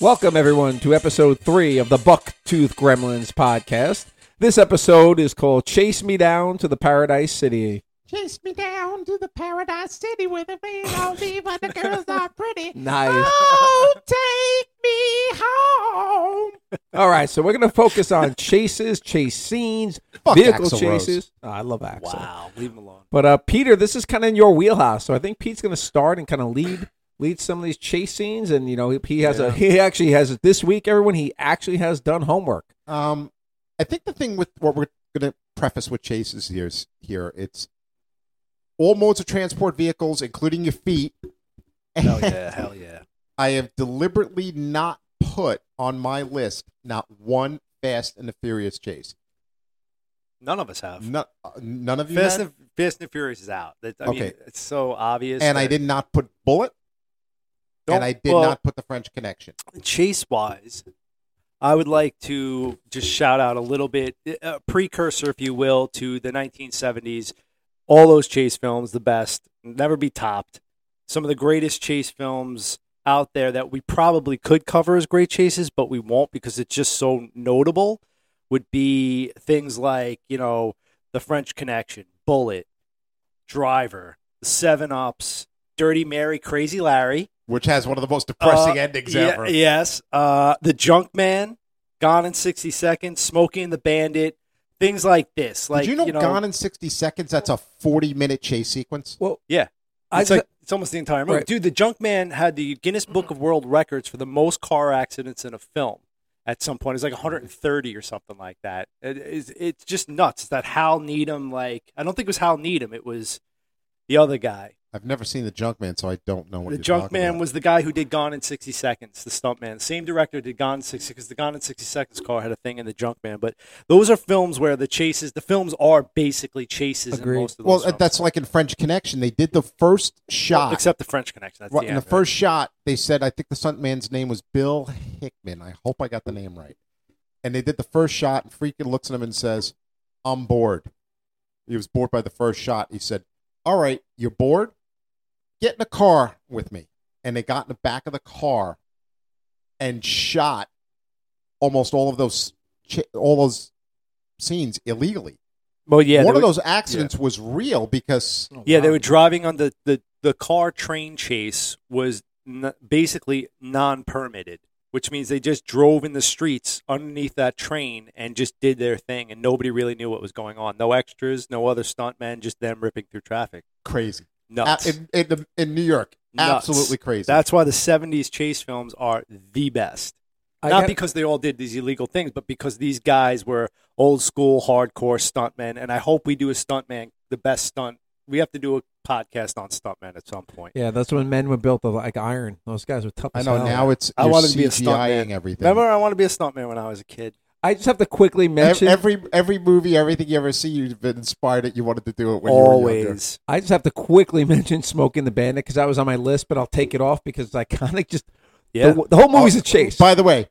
Welcome, everyone, to episode three of the Bucktooth Gremlins podcast. This episode is called Chase Me Down to the Paradise City. Chase me down to the paradise city where the men all leave and the girls are pretty. Nice. Oh, take me home. All right, so we're going to focus on chases, chase scenes, Fuck vehicle Axl Rose. chases. Oh, I love Axel. leave him alone. But uh, Peter, this is kind of in your wheelhouse, so I think Pete's going to start and kind of lead lead some of these chase scenes. And you know, he- he has a Yeah. he actually has this week. Everyone, he actually has done homework. Um, I think the thing with what we're going to preface with chases here is here it's all modes of transport vehicles, including your feet. Hell yeah, hell yeah. I have deliberately not put on my list not one Fast and the Furious chase. None of us have. None, uh, none of you. Fast, have? and, Fast and Furious is out. That- I mean, Okay. it's so obvious. and I that- did not put Bullet, Don't- and I did well, not put the French Connection. Chase wise, I would like to just shout out a little bit, uh, a precursor, if you will, to the 1970s. All those chase films, the best, never be topped. Some of the greatest chase films out there that we probably could cover as great chases, but we won't because it's just so notable, would be things like, you know, The French Connection, Bullet, Driver, Seven Ups, Dirty Mary, Crazy Larry. Which has one of the most depressing Uh, endings Ye- ever. yes. Uh, the Junk Man, Gone in 60 Seconds, Smokey and the Bandit, things like this. Like, Did you know, Gone in 60 Seconds? That's a 40 minute chase sequence. I It's, like, it's almost the entire movie. Right. Dude, the Junk Man had the Guinness Book of World Records for the most car accidents in a film at some point. It's like 130 or something like that. It- it's, it's just nuts that Hal Needham, like, I don't think it was Hal Needham, it was the other guy. I've never seen The Junkman, so I don't know what The you're Junk talking Man about. was the guy who did Gone in 60 Seconds, the stuntman. Same director did Gone in 60 because the Gone in 60 Seconds car had a thing in the Junk Man. But those are films where the chases, the films are basically chases Agreed. in most of those Well, films. that's like in French Connection. They did the first shot. Well, except the French Connection. That's right, the in end the of it. first shot, they said, I think the stuntman's name was Bill Hickman. I hope I got the name right. And they did the first shot, and Freakin looks at him and says, I'm bored. He was bored by the first shot. He said, All right, you're bored? Get in the car with me. And they got in the back of the car and shot almost all of those chi- all those scenes illegally. Well, yeah. One they of were- those accidents was real because Yeah, they were driving on the, the, the car train chase was n- basically non permitted, which means they just drove in the streets underneath that train and just did their thing, and nobody really knew what was going on. No extras, no other stuntmen, just them ripping through traffic. crazy. Nuts. in, in, the- in New York. Nuts. Absolutely crazy. That's why the 70s chase films are the best. I Not got- because they all did these illegal things, but because these guys were old school, hardcore stuntmen. And I hope we do a stuntman, the best stunt. We have to do a podcast on stuntmen at some point. yeah, that's when men were built of like iron. Those guys were tough. I as know hell. now it's I you're wanted to be a CGI-ing stuntman. everything. Remember, I want to be a stuntman when I was a kid. I just have to quickly Ev- mention. every every movie, everything you ever see, you've been inspired that you wanted to do it when you were younger. Always. I just have to quickly mention Smoking the Bandit because that was on my list, but I'll take it off because it's iconic. Just Yeah. the, the whole movie's Oh, a chase. By the way,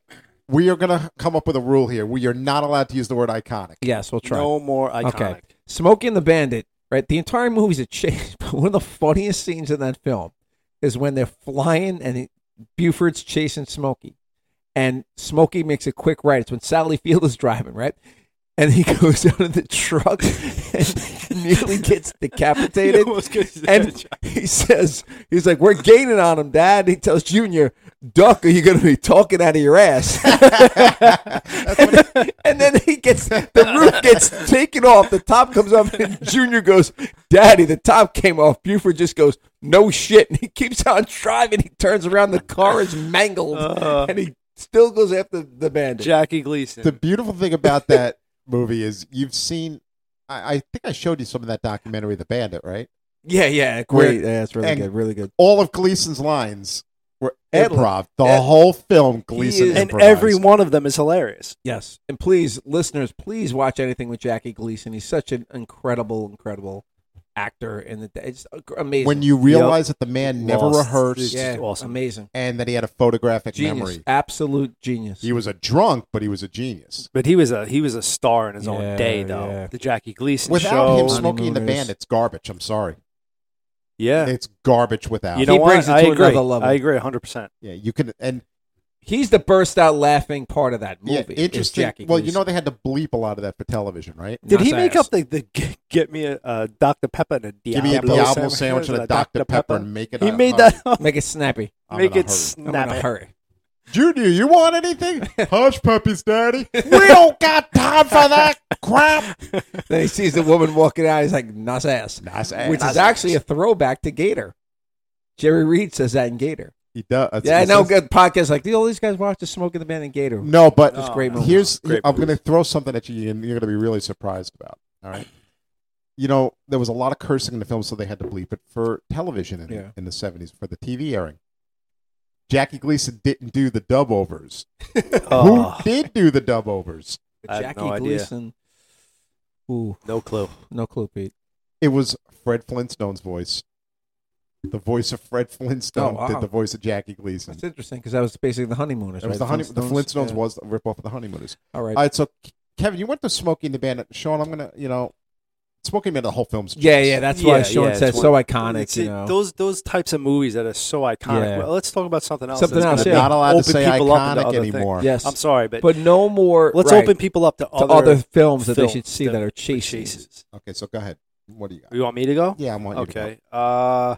we are going to come up with a rule here. We are not allowed to use the word iconic. yes, we'll try. No more iconic. Okay. Smoking the Bandit, right? The entire movie's a chase, but one of the funniest scenes in that film is when they're flying and it- Buford's chasing Smokey. And Smokey makes a quick right. It's when Sally Field is driving, right? And he goes out of the truck and nearly gets decapitated. And he says, he's like, we're gaining on him, Dad. He tells Junior, Duck, are you going to be talking out of your ass? and, then he gets, the roof gets taken off. The top comes off, and Junior goes, Daddy, the top came off. Buford just goes, no shit. And he keeps on driving. He turns around. The car is mangled. Uh. and he still goes after the bandit. Jackie Gleason. The beautiful thing about that movie is you've seen. I, I think I showed you some of that documentary, The Bandit, right? yeah, yeah, great. Yeah, that's really and- good, really good. All of Gleason's lines were Ed- improv. The Ed- whole film, Gleason is- and improvised. every one of them is hilarious. Yes. And please, listeners, please watch anything with Jackie Gleason. He's such an incredible, incredible actor. And the, it's amazing. when you realize that the man never Lost. rehearsed yeah, awesome. amazing. and that he had a photographic Genius. memory. Absolute genius. He was a drunk, but he was a genius. But he was a he was a star in his Yeah, own day, though. yeah. The Jackie Gleason Without show. him smoking the Honeymooners. band, it's garbage. I'm sorry. yeah. It's garbage without. You him. know He brings it what? I to agree. another level. I agree 100%. Yeah, you can and he's the burst out laughing part of that movie. yeah, interesting. Is Jackie well, you Gleason. know they had to bleep a lot of that for television, right? Did he Not make ass. up the, the g- get me a uh, Dr. Pepper and a Give Diablo, me a Diablo sandwich, and a Dr. Pepper, and make it. He a- made a- that up. Make it snappy. I'm make in a it hurry. I'm snap in a it. hurry. Junior, you want anything? Hush puppies, daddy. We don't got time for that crap. then he sees the woman walking out. He's like, "Nice ass," Nice which is actually a throwback to Gator. Jerry Reed says that in Gator. he does. that's- yeah, I it know. says- Good podcast. Like, do all these guys watch the Smoke in the Band in Gator? No, but It's Oh, No. great movie. here's Great I'm movie. going to throw something at you, and you're going to be really surprised about. All right. You know, there was a lot of cursing in the film, so they had to bleep it for television in, Yeah. in the 70s for the TV airing. Jackie Gleason didn't do the dub overs. Oh, Who did do the dub overs? I have Jackie no idea. Gleason. Ooh, no clue. no clue, Pete. It was Fred Flintstone's voice. The voice of Fred Flintstone Oh, wow. did the voice of Jackie Gleason. That's interesting because that was basically the honeymooners. It was right? the, honey, the Flintstones yeah. was the ripoff of the Honeymooners. All right. All right, so K- Kevin, you went to Smokey and the Bandit. Sean, I'm gonna, you know, Smokey and the Bandit, the whole film's yeah, just- yeah. That's why Yeah, Sean yeah, said it's so what- iconic. It's- You it- know, Those those types of movies that are so iconic. Yeah. Well, let's talk about something else. Something that's else, gonna yeah. Not allowed to open say people up to iconic other things. anymore. yes. I'm sorry, but, but no more. let's right, open people up to to other, other, films that they films should see that, are chasing. chases. Okay, so go ahead. What do you got? You want me to go? Yeah, I want you. to Okay. Uh,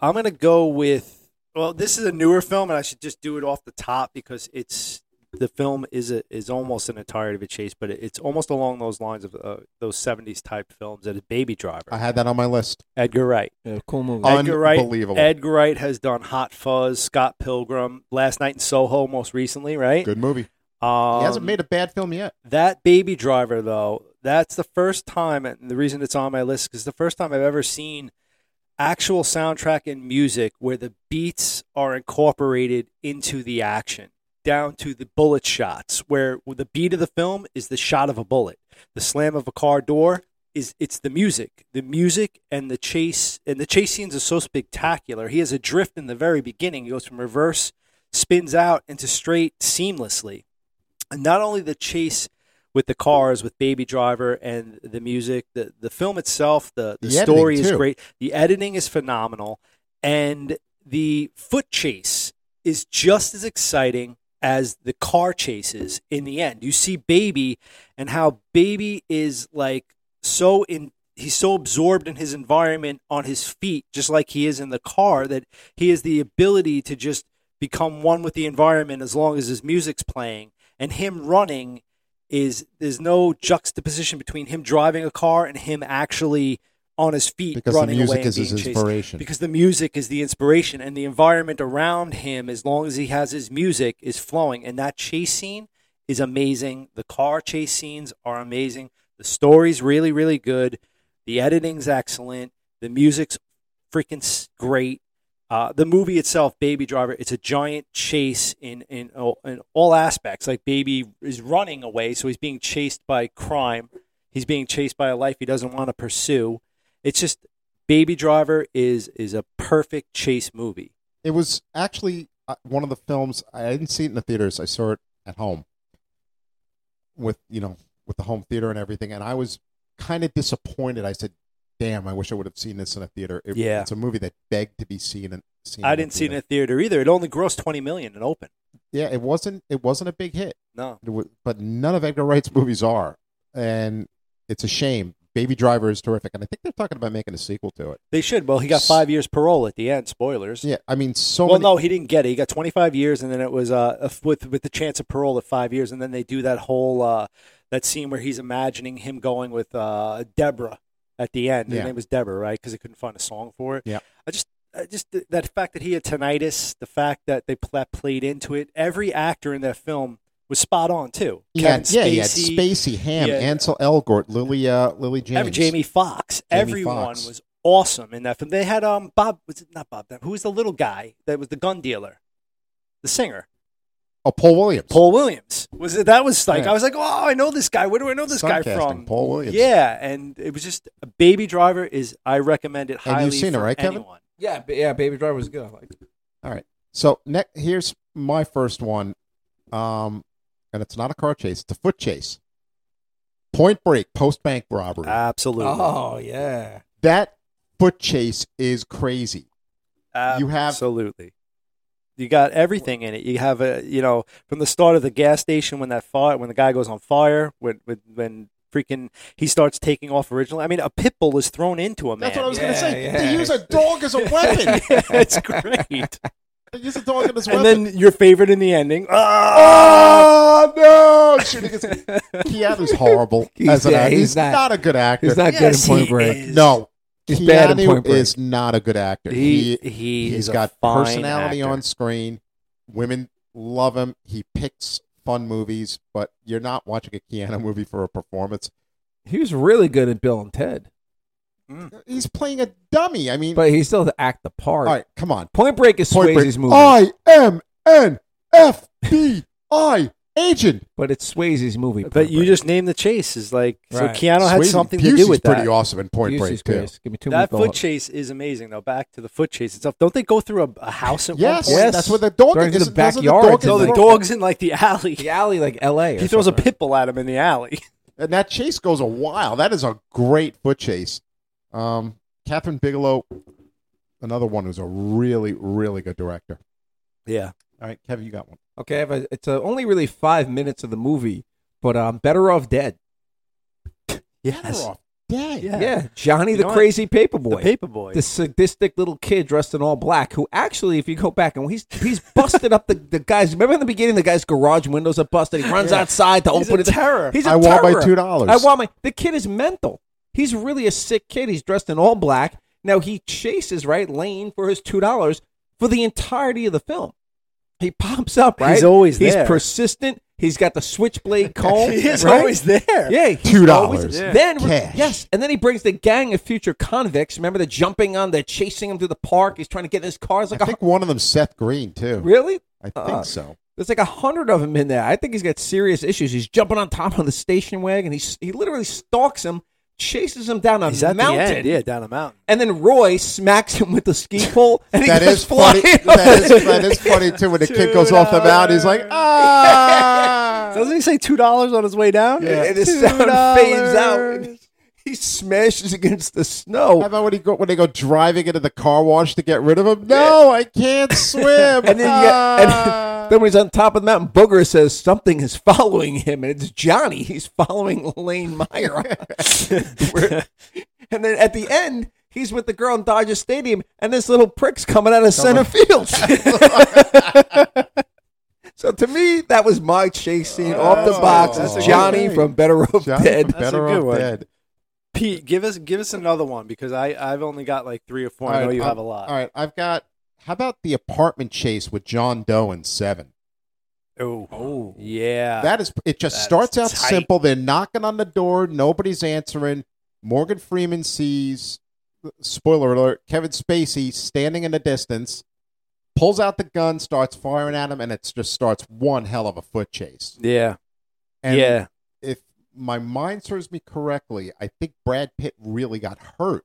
I'm gonna go with. Well, this is a newer film, and I should just do it off the top because it's the film is a, is almost an entirety of a chase, but it, it's almost along those lines of uh, those '70s type films. That is Baby Driver. go. I had that on my list. Edgar Wright. Yeah, cool movie. Uh, Edgar Wright. Unbelievable. Edgar Wright has done Hot Fuzz, Scott Pilgrim, Last Night in Soho, most recently, right? Good movie. Um, he hasn't made a bad film yet. That Baby Driver, though, that's the first time, and the reason it's on my list is 'cause the first time I've ever seen actual soundtrack and music where the beats are incorporated into the action, down to the bullet shots, where the beat of the film is the shot of a bullet, the slam of a car door is it's the music, the music and the chase, and the chase scenes are so spectacular. He has a drift in the very beginning; he goes from reverse, spins out into straight seamlessly. And not only the chase with the cars with baby driver and the music the the film itself the, the, The editing, story is too. great the editing is phenomenal and the foot chase is just as exciting as the car chases in the end you see baby and how baby is like so in he's so absorbed in his environment on his feet just like he is in the car that he has the ability to just become one with the environment as long as his music's playing and him running is there's no juxtaposition between him driving a car and him actually on his feet Because the running away music and is being his chased inspiration. because the music is the inspiration and the environment around him as long as he has his music is flowing and that chase scene is amazing the car chase scenes are amazing the story's really really good the editing's excellent the music's freaking s- great uh, the movie itself, Baby Driver, it's a giant chase in in all, in all aspects. Like Baby is running away, so he's being chased by crime. He's being chased by a life he doesn't want to pursue. It's just Baby Driver is is a perfect chase movie. It was actually uh, one of the films I didn't see it in the theaters. I saw it at home with you know with the home theater and everything, and I was kind of disappointed. I said, "Damn, I wish I would have seen this in a theater." It- Yeah. it's a movie that begged to be seen and seen. I in a didn't see it in theater. a theater either. It only grossed twenty million in open. Yeah, it wasn't. It wasn't a big hit. No, It wa- but none of Edgar Wright's movies are, and it's a shame. Baby Driver is terrific, and I think they're talking about making a sequel to it. they should. Well, he got five years parole at the end. Spoilers. Yeah, I mean, so well, many. no, he didn't get it. He got 25 years, and then it was uh, if- with with the chance of parole at five years, and then they do that whole uh, that scene where he's imagining him going with uh, Deborah at the end. Yeah. Her name was Deborah, right? Because they couldn't find a song for it. Yeah. I just. I Just th- that fact that he had tinnitus, the fact that they pl- that played into it. Every actor in that film was spot on too. yeah, Kevin yeah, he had Spacey, Spacey, Ham, Yeah. Ansel Elgort, Lily, uh, Lily James, Every, Jamie Fox. Jamie Everyone Foxx. was awesome in that film. They had um Bob was it not Bob? Who was the little guy that was the gun dealer, the singer? oh, Paul Williams, Paul Williams was it? That was like Yeah. I was like, oh, I know this guy. Where do I know this Stunt guy casting, from? Paul Williams. Yeah, and it was just Baby Driver is I recommend it you've highly. seen it, for right, Kevin? anyone. yeah, ba- yeah. Baby Driver was good. I liked it. All right. So next, here's my first one, um, and it's not a car chase; it's a foot chase. Point Break, post bank robbery. Absolutely, Oh yeah. that foot chase is crazy. Oh, you have- absolutely. You got everything in it. You have a you know from the start of the gas station when that fire when the guy goes on fire when when, when freaking he starts taking off originally. I mean, a pit bull is thrown into a man. That's what I was Yeah, gonna say. yeah. They use a dog as a weapon. it's great. they use a dog as a and weapon. then your favorite in the ending. Ah! Oh no! Shooting his Keanu's horrible He's- as an yeah, actor. he's He's, not- not, a good actor. He's not good Yes, in Point he Break. is. no, He's Keanu bad in Point Break. is not a good actor. He, He, he he is has a got fine personality actor. on screen. Women love him. He picks fun movies, but you're not watching a Keanu movie for a performance. He was really good in Bill and Ted, He's playing a dummy. I mean, but he still had to act the all part. right, come on. Point Break is Point Swayze's Break. Oh, movie, I M N F B I agent. but it's Swayze's movie. But you just named the chase is like Right. so. Keanu had Swayze something to Busey's do with that. pretty awesome in Point Break too. Give me two That more foot chase is amazing though. Back to the foot chase itself. Don't they go through a, a house at Yes, one point? Yes. that's where the dog During is. the doesn't backyard, dog so No, is the Like- dog's in like the alley. The alley, like L.A. or He throws a something. pit bull at him in the alley. and that chase goes a while. That is a great foot chase. Um, Catherine Bigelow, another one who's a really, really good director. Yeah. All right, Kevin, you got one. Okay, I have a, it's uh only really five minutes of the movie, but um, Better Off Dead. Yes. Dang. Yeah. Yeah, Johnny You the know what? Crazy Paper The Boy. paper boy. the sadistic little kid dressed in all black who actually if you go back and he's he's busted up the, the guys remember in the beginning the guy's garage windows are busted he runs outside to He's open a it terror. he's a I want my terror. two dollars. I want my the kid is mental he's really a sick kid he's dressed in all black now he chases right Lane for his two dollars for the entirety of the film he pops up right He's always he's there. persistent he's got the switchblade comb he is right? always there. Yeah, he's $2. always- Yeah. Then Cash. yes, and then he brings the gang of future convicts. Remember, they're jumping on, they're chasing him through the park. He's trying to get in his car. It's I like think one of them's Seth Green a, too. really, I think Uh-uh. so. there's like a hundred of them in there. I think he's got serious issues. He's jumping on top of the station wagon. He he literally stalks him, chases him down a He's at mountain, the end. Yeah, down a mountain. and then Roy smacks him with the ski pole, and he That goes is funny. flying. that, is, that is funny too. When the kid goes off the mountain, he's like, ah. Doesn't he say two dollars on his way down? and the Two sound fades out. dollars. He smashes against the How snow, about when, he go, when they go driving into the car wash to get rid of him? No, I can't swim. And then you get- Ah. Then when he's on top of the mountain, Booger says something is following him, and it's Johnny. He's following Lane Meyer. and then at the end, he's with the girl in Dodger Stadium, and this little prick's coming out of center field. so to me, that was my chase scene off the Oh, box. that's It's a Johnny good- from Better Off Johnny Dead. from Better That's a good Off one. Dead. Pete, give us give us another one because I I've only got like three or four. I know All right, you um, have a lot. All right, I've got. How about the apartment chase with John Doe and Seven? Oh, Ah, yeah. that is, it just that's starts out tight. simple. They're knocking on the door, nobody's answering. Morgan Freeman sees, spoiler alert, Kevin Spacey standing in the distance, pulls out the gun, starts firing at him, and it just starts one hell of a foot chase. yeah. And yeah. if my mind serves me correctly, I think Brad Pitt really got hurt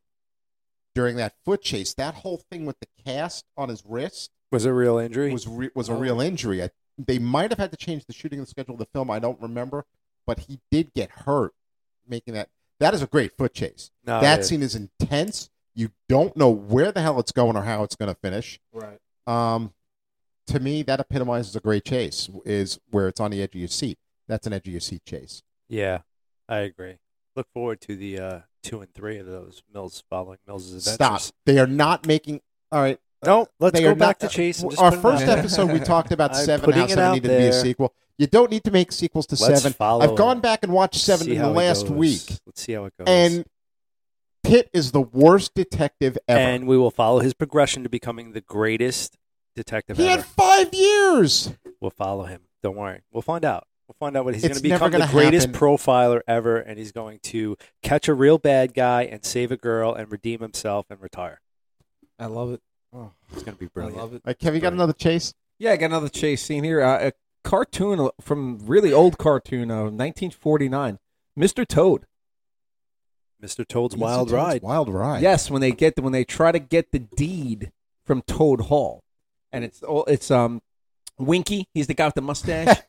during that foot chase. That whole thing with the cast on his wrist Was it real injury? was re- was Oh. a real injury. I, they might have had to change the shooting and schedule of the film. I don't remember, but he did get hurt making that. That is a great foot chase. no, that Oh, it- scene is intense. You don't know where the hell it's going or how it's going to finish. Right. Um, to me, that epitomizes a great chase. Is where it's on the edge of your seat. That's an edge of your seat chase. Yeah, I agree. Look forward to the uh, two and three of those Mills following Mills' adventures. Stop. They are not making. All right. No, let's they go are back not- uh, to Chase. And just Our put it first out there. episode, we talked about I'm Seven, putting how it Seven out needed to be a there. sequel. You don't need to make sequels to Let's Seven. follow I've gone it. back and watched Let's Seven see in how it the last goes. week, Let's see how it goes. and Pitt is the worst detective ever. and we will follow his progression to becoming the greatest detective he had ever. five years. We'll follow him. Don't worry. We'll find out. We'll find out what he's It's going to never become the gonna greatest happen. profiler ever, and he's going to catch a real bad guy and save a girl and redeem himself and retire. I love it. It's going to be brilliant. it. Like, have you got Right. another chase? Yeah, I got another chase scene here. Uh, a cartoon from really old cartoon, uh, 1949, Mr. Toad. Mr. Toad's Easy Wild Toad's Ride. Wild ride. Yes, when they get the, when they try to get the deed from Toad Hall, and it's all it's um Winky. He's the guy with the mustache.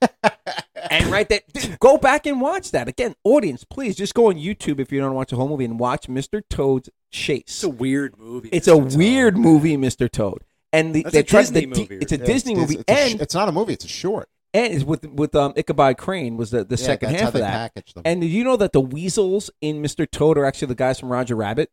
and right there, dude, go back and watch that again, audience. Please just go on YouTube if you don't watch the whole movie and watch Mr. Toad's chase. It's a weird movie. It's Mr. a Toad. weird movie, Mr. Toad. And the, That's they a tried- the- Disney movie, It's a Yeah, Disney it's- movie, it's a sh- and it's not a movie. It's a short. and is with with um, Ichabod Crane was the, the Yeah, second that's half of how they that. package them. And did you know that the weasels in Mr. Toad are actually the guys from Roger Rabbit?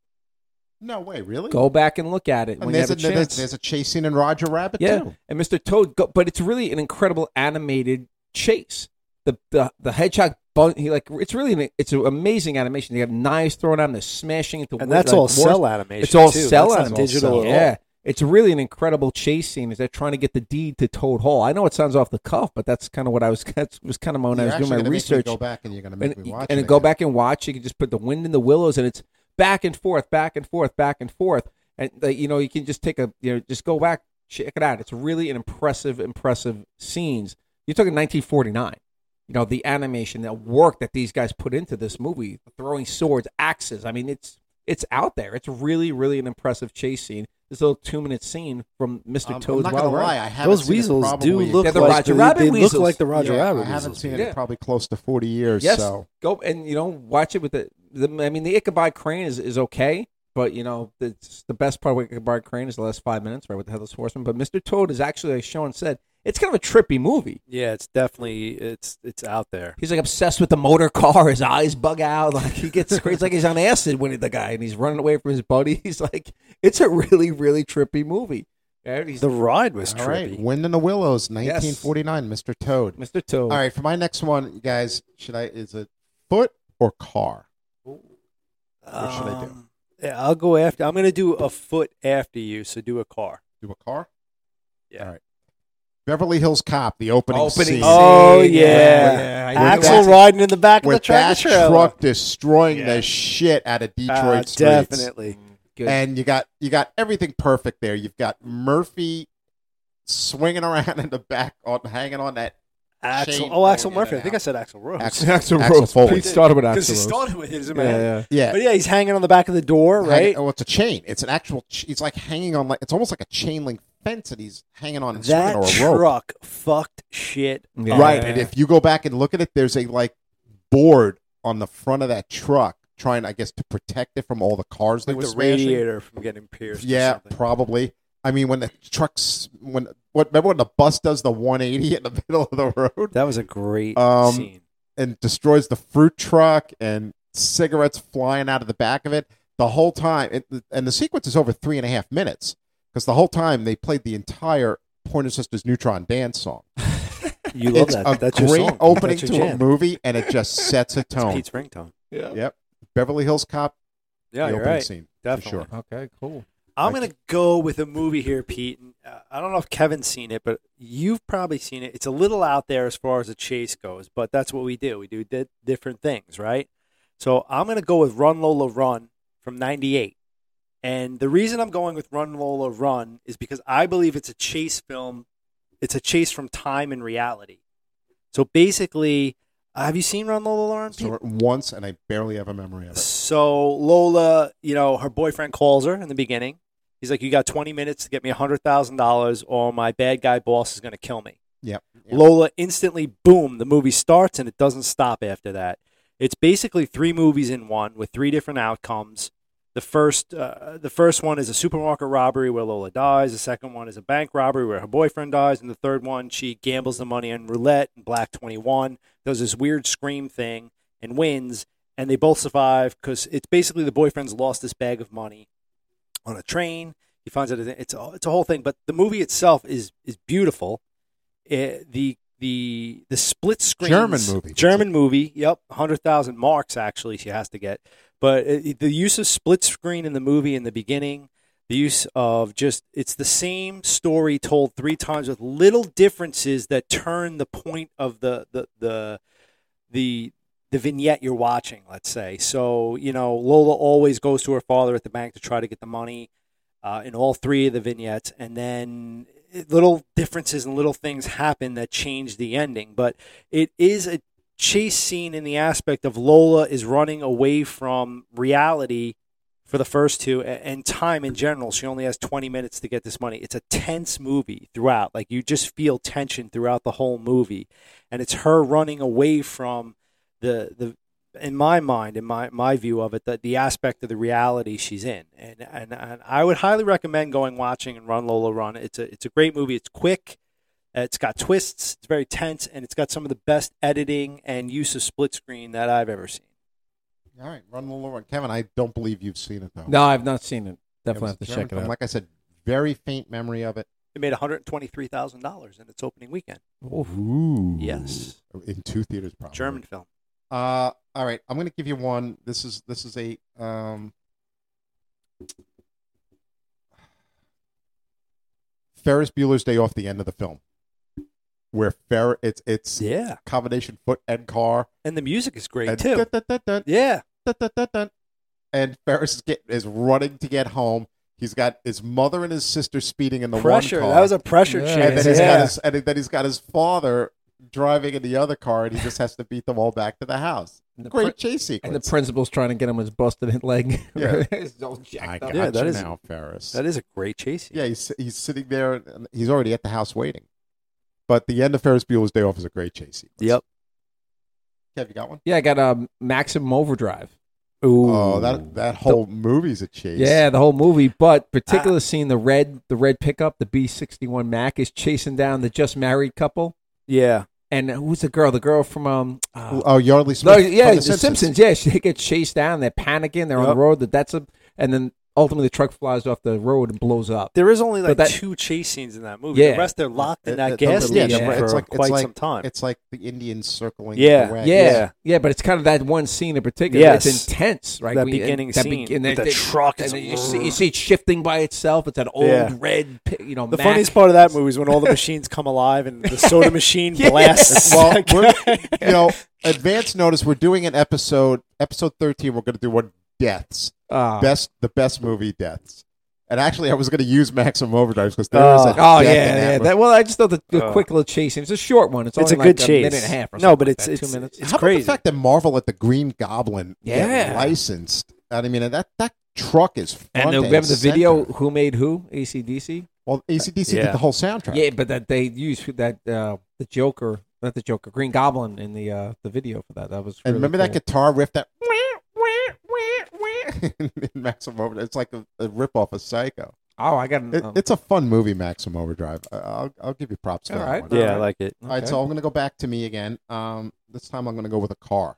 no way, really. Go back and look at it when and you there's have a, a there's, chance. there's a chase scene in Roger Rabbit yeah, too. and Mr. Toad, go, but it's really an incredible animated chase. The the the hedgehog, bun, he like it's really an, it's an amazing animation. They have knives thrown at him, they're smashing into and wood, that's like all dwarfs. cell animation. It's all too. cell That's animation. not digital at all. Yeah, it's really an incredible chase scene. Is they're trying to get the deed to Toad Hall. I know it sounds off the cuff, but that's kind of what I was. That was kind of when I You're was actually doing my gonna make me research Go back and you're going to make and, me watch and it go again. back and watch. You can just put the wind in the willows, and it's back and forth, back and forth, back and forth. And uh, you know, you can just take a you know, just go back, check it out. It's really an impressive, impressive scenes. You're talking 1949. You know, the animation, the work that these guys put into this movie, throwing swords, axes. I mean, it's it's out there. It's really, really an impressive chase scene. This little two minute scene from Mr. Um, I'm Toad's not Wild going to Ride. lie. I haven't Those seen it weasels do probably- look They're the like Roger the, Rabbit they weasels. look like the Roger Yeah, Rabbit I haven't weasels. seen it Yeah. in probably close to 40 years. Yes. So Go and you know watch it with the. the I mean, the Ichabod Crane is, is okay, but you know it's the best part with Ichabod Crane is the last five minutes, right, with the Headless Horseman. But Mr. Toad is actually, like Sean said, it's kind of a trippy movie. Yeah, it's definitely it's it's out there. He's like obsessed with the motor car. His eyes bug out. Like he gets crazy. It's like he's on acid when he, the guy and he's running away from his buddy. He's like, it's a really, really trippy movie. Yeah, he's The ride was all right, trippy. Wind in the Willows, 1949, Mr. Toad. Mr. Toad. All right, for my next one, you guys, should I? Is it foot or car? What should I do? Um, Yeah, I'll go after. I'm going to do a foot after you, so do a car. Do a car? Yeah. All right. Beverly Hills Cop, the opening, Opening scene. Oh, scene. yeah. I know Axel that. Axel riding in the back of the with that tractor trailer. truck destroying Yeah. the shit out Uh, of Detroit Ah, streets. definitely. Good. And you got you got everything perfect there. You've got Murphy swinging around in the back, on, hanging on that Axel. Shane Oh, Axel going in Murphy. I and think out. I said Axel Rose. Axel- Axel Axel Rose. Foley. He started with Because Axel he Rose. started with his Yeah, man. yeah. yeah. But yeah, he's hanging on the back of the door, Hanging- right? oh, it's a chain. It's an actual. Ch- it's like hanging on like it's almost like a chain link fence that he's hanging on and That swinging or a rope. truck fucked shit. Yeah. up. Right, and if you go back and look at it, there's a like board on the front of that truck trying, I guess, to protect it from all the cars they Like were the smashing. radiator from getting pierced. or Yeah, something. probably. I mean, when the trucks, when what? Remember when the bus does the 180 in the middle of the road that was a great Um, scene. and destroys the fruit truck and cigarettes flying out of the back of it the whole time. And, and the sequence is over three and a half minutes because the whole time they played the entire Pointer Sisters Neutron Dance song. You love it's that. a That's great your song. opening That's to your a jam. movie, and it just sets a It's tone. Pete's ringtone. Yep, Beverly Hills Cop. Yeah, the you're opening right. scene. Definitely. sure. Okay, cool. I'm Like- going to go with a movie here, Pete. And, uh, I don't know if Kevin's seen it, but you've probably seen it. It's a little out there as far as a chase goes, but that's what we do. We do di- different things, right? So I'm going to go with Run Lola Run from 98. And the reason I'm going with Run Lola Run is because I believe it's a chase film. It's a chase from time and reality. So basically, have you seen Run Lola Run? Pete? So once, and I barely have a memory of it. So Lola, you know, her boyfriend calls her in the beginning. He's like, "You got 20 minutes to get me $100,000, or my bad guy boss is going to kill me." Yep. Lola instantly, boom, the movie starts, and it doesn't stop after that. It's basically three movies in one with three different outcomes. The first, uh, the first one is a supermarket robbery where Lola dies. The second one is a bank robbery where her boyfriend dies, and the third one she gambles the money on roulette and Black 21 does this weird scream thing and wins, and they both survive because it's basically the boyfriend's lost this bag of money on a train. He finds out it's it's a, it's a whole thing, but the movie itself is is beautiful. Eh, the the the split screen German movie. German movie. Yep, hundred thousand marks actually she has to get, but eh, the use of split screen in the movie in the beginning. The use of just, it's the same story told three times with little differences that turn the point of the, the, the, the the vignette you're watching, let's say. So, you know, Lola always goes to her father at the bank to try to get the money uh, in all three of the vignettes. And then eh, little differences and little things happen that change the ending. But it is a chase scene in the aspect of Lola is running away from reality for the first two a- and time in general. She only has 20 minutes to get this money. It's a tense movie throughout. Like you just feel tension throughout the whole movie. And it's her running away from the the in my mind, in my, my view of it, the, the aspect of the reality she's in. And, and and I would highly recommend going watching and Run Lola Run. It's a it's a great movie. It's quick. Uh, It's got twists. It's very tense, and it's got some of the best editing and use of split screen that I've ever seen. All right, run the lower. Kevin, I don't believe you've seen it though. No, I've not seen it. was Definitely have to a German check it film. out. Like I said, very faint memory of it. It made one hundred twenty three thousand dollars in its opening weekend. Ooh. Yes. In two theaters, probably. German film. Uh, all right. I'm going to give you one. This is this is a um, Ferris Bueller's Day Off. The end of the film, where Fer it's it's Yeah, combination foot and car and the music is great and too. dun, dun, dun, dun, yeah, dun, dun, dun, dun. and Ferris is, get, is running to get home. He's got his mother and his sister speeding in the pressure. one car. That was a pressure Yeah. chase. and then he's yeah. got his and then he's got his father driving in the other car, and he just has to beat them all back to the house. And the Great prin- chase sequence. and the principal's trying to get him his busted leg. Yeah. He's all jacked up. Yeah, that you is- Ferris. that is a great chase. scene. yeah, he's he's sitting there. And he's already at the house waiting. But the end of Ferris Bueller's Day Off is a great chase sequence. Yep. Kev, you got one? Yeah, I got um, Maximum Overdrive. Ooh. Oh, that that whole movie's a chase. Yeah, the whole movie, but particular scene, the red, the red pickup, the B sixty one Mac is chasing down the just married couple, Yeah. and who's the girl? The girl from um, uh, Ah. Oh, Yardley no, Smith. yeah, from the Simpsons. Yeah, she, they get chased down. They're panicking. They're on the Yep. road. That that's a, and then ultimately the truck flies off the road and blows up. There is only But like that- two chase scenes in that movie. Yeah. The rest they're locked in that It- it- gas yeah, station it's for like- it's quite like- some time. It's like the Indians circling. Yeah, the Yeah, wagons. yeah, but it's kind of that one scene in particular. Yes. it's intense, right? That We- and beginning scene begin- with that- the that- truck and is- then you see, you see it shifting by itself. It's that old Yeah. red, pi- you know. the Mac. funniest part of that movie is when all the machines come alive and the soda machine Yeah. blasts. Well, we're, you know, advance notice. We're doing an episode, episode thirteen. We're going to do one deaths. Ah. best the best movie deaths. And actually, I was going to use Maximum Overdrive because there is a Oh. Oh death yeah, in yeah. movie. That, well, I just thought the, the Uh, quick little chase. scene. It's a short one. It's, it's only a good like chase. A minute and a half. Or no, something but like it's that, it's, two minutes. it's How about crazy. the fact that Marvel at the Green Goblin Yeah. get licensed? I mean, that that truck is front And then and we have the center. video "Who Made Who" ACDC. Well, ACDC Yeah. did the whole soundtrack. Yeah, but that they used that uh, the Joker, not the Joker, Green Goblin in the uh, the video for that. That was and really remember that cool. guitar riff that in Maximum Overdrive? It's like a, a rip off of Psycho. Oh, I got an, It, um, it's a fun movie, Maximum Overdrive. I- I'll I'll give you props for All that right. one. Yeah, I like it. All right, so I'm going to go back to me again. Um, this time I'm going to go with a car.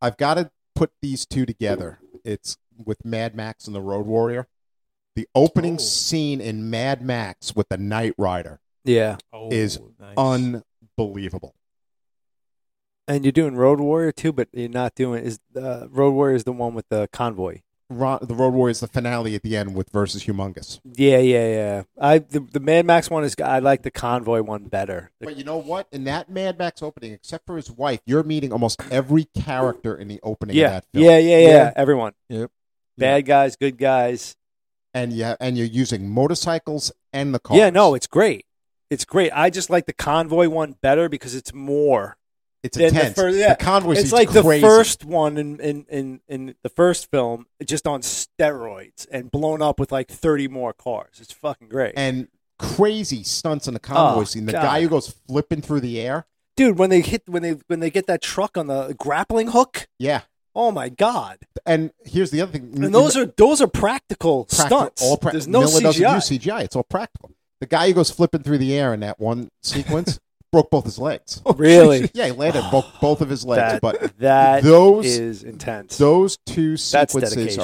I've got to put these two together. It's with Mad Max and the Road Warrior. The opening Oh. scene in Mad Max with the Knight Rider, Yeah, Oh, is nice. unbelievable. and you're doing Road Warrior too, but you're not doing is uh, Road Warrior is the one with the convoy. Ro- the Road Warrior is the finale at the end with versus Humongous. Yeah, yeah, yeah. I the, the Mad Max one is I like the convoy one better. But you know what? In that Mad Max opening, except for his wife, you're meeting almost every character in the opening of Yeah, that film. yeah, yeah, yeah, Yeah. Everyone. Yep. Bad guys, good guys. And yeah, and you're using motorcycles and the cars. Yeah, no, it's great. It's great. I just like the convoy one better because it's more. it's then the intense. fir- yeah, the convoy It's scene's like the crazy. first one in, in, in, in the first film, just on steroids and blown up with like 30 more cars. It's fucking great. and crazy stunts in the convoy Oh, scene. The God. guy who goes flipping through the air. Dude, when they hit when they when they get that truck on the grappling hook, Yeah. oh my god. And here's the other thing. And those are those are practical, stunts. All prac- There's no Miller doesn't CGI. use CGI. It's all practical. The guy who goes flipping through the air in that one sequence broke both his legs. Really? Yeah, he landed on both, both of his legs. That- but that those is intense. those two That's sequences dedication.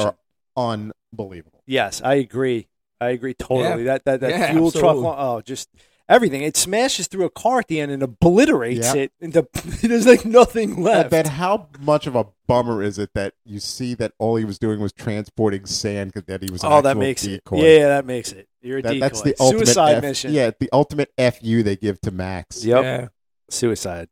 are unbelievable. Yes, I agree. I agree totally. That that, that Yeah, fuel absolutely. truck. Oh, just everything. It smashes through a car at the end and obliterates Yeah. it. Into, there's like nothing left. But how much of a bummer is it that you see that all he was doing was transporting sand? 'cause That he was an oh, that actual makes decoy. it. Yeah, that makes it. You're a That- decoy. that's the ultimate suicide F- mission. Yeah, the ultimate fu they give to Max. Yep. Yeah. Suicide.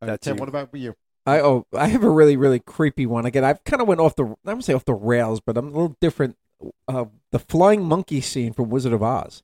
All right, That's Tim, you. what about you? I oh I have a really really creepy one again. I've kind of went off the I don't say off the rails, but I'm a little different. Uh, the flying monkey scene from Wizard of Oz.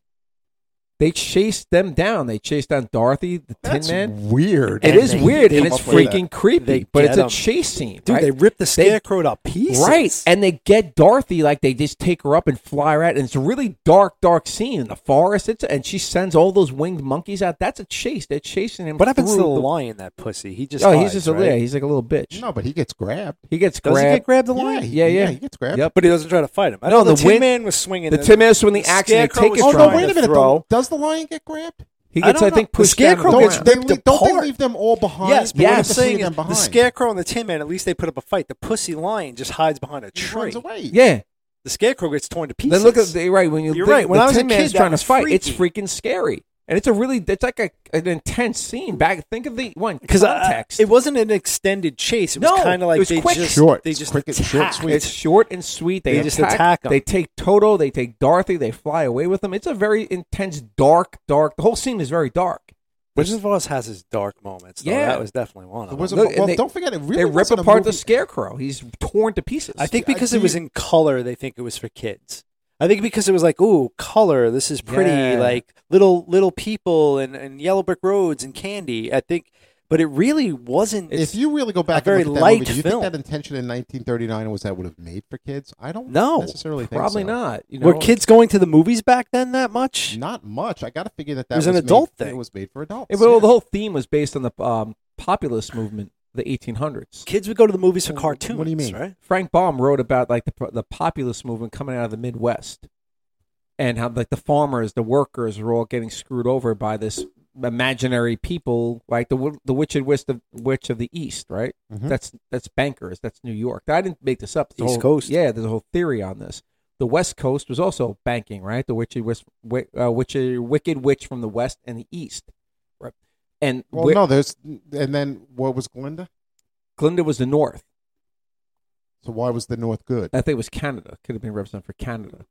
They chased them down. They chased down Dorothy, the That's Tin Man. weird. It And is they- weird they and it's come up with freaking creepy, They but get it's a 'em. chase scene, Dude, right? they ripped the They- scarecrow to pieces. Right, and they get Dorothy like they just take her up and fly her out, and it's a really dark, dark scene in the forest. It's and she sends all those winged monkeys out. That's a chase. They're chasing him. What happens to through the lion? That pussy. He just. oh, hides, he's just a right? yeah, he's like a little bitch. No, but he gets grabbed. He gets Does he grabbed. get grabbed the Yeah, lion? he, Yeah, yeah. he gets grabbed. Yep. But he doesn't try to fight him. I No, know the, the Tin win- Man was swinging. the Tin Man was swinging the axe and they scarecrow take was his Oh trying no! to Wait a minute. Throw. The- does the lion get grabbed? he I gets, don't I, know. think, The pushed down. scarecrow the gets ground. ripped they, le- don't apart. they leave them all behind? Yes, but but we yes. what I'm have to flee saying them is behind. the scarecrow and the Tin Man, at least they put up a fight. The pussy lion just hides behind a He tree. runs away. yeah. The scarecrow gets torn to pieces. Then look at the, right when you You're think right. When the I was a Tin kid, Man's that trying to was fight, it's freaky. freaking scary, and it's a really it's like a, an intense scene. Back think of the one because context. uh, it wasn't an extended chase. It was No, kind of it like was they quick. just Short. they It's just quick and short, attacked. sweet. It's short and sweet. They, They just attack 'em. They take Toto. They take Dorothy. They fly away with them. It's a very intense, dark, dark. The whole scene is very dark. Wizard of Oz has his dark moments. Though. Yeah. that was definitely one The of Wizard them. Look, of- and well, they- don't forget it really they rip wasn't a apart the movie- scarecrow. He's torn to pieces. I think I because it do- was in color, they think it was for kids. I think because it was like, ooh, color. This is pretty, Yeah. like little little people and, and yellow brick roads and candy. I think, but it really wasn't. If you really go back very and look at that light movie, do you film. think that intention in 1939 was that would have made for kids? I don't No. necessarily think probably so. not. You know, were kids going to the movies back then that much? Not much. I got to figure that that It was an made- adult thing. It was made for adults. It- well, yeah. the whole theme was based on the um, populist movement, the 1800s. Kids would go to the movies for Well, what do cartoons. you mean? Right? Frank Baum wrote about like the the populist movement coming out of the Midwest, and how like the farmers, the workers, were all getting screwed over by this imaginary people, like the w- the witch and witch of, witch of the East, right? Mhm. That's that's bankers. That's New York. I didn't make this up. There's a East whole- Coast. Yeah, there's a whole theory on this. The West Coast was also banking, right? The witchy, wis- wi- uh, witchy, wicked witch from the West and the East, right? And Well, where- no, there's and then what was Glinda? Glinda was the North. So why was the North good? I think it was Canada. Could have been represented for Canada.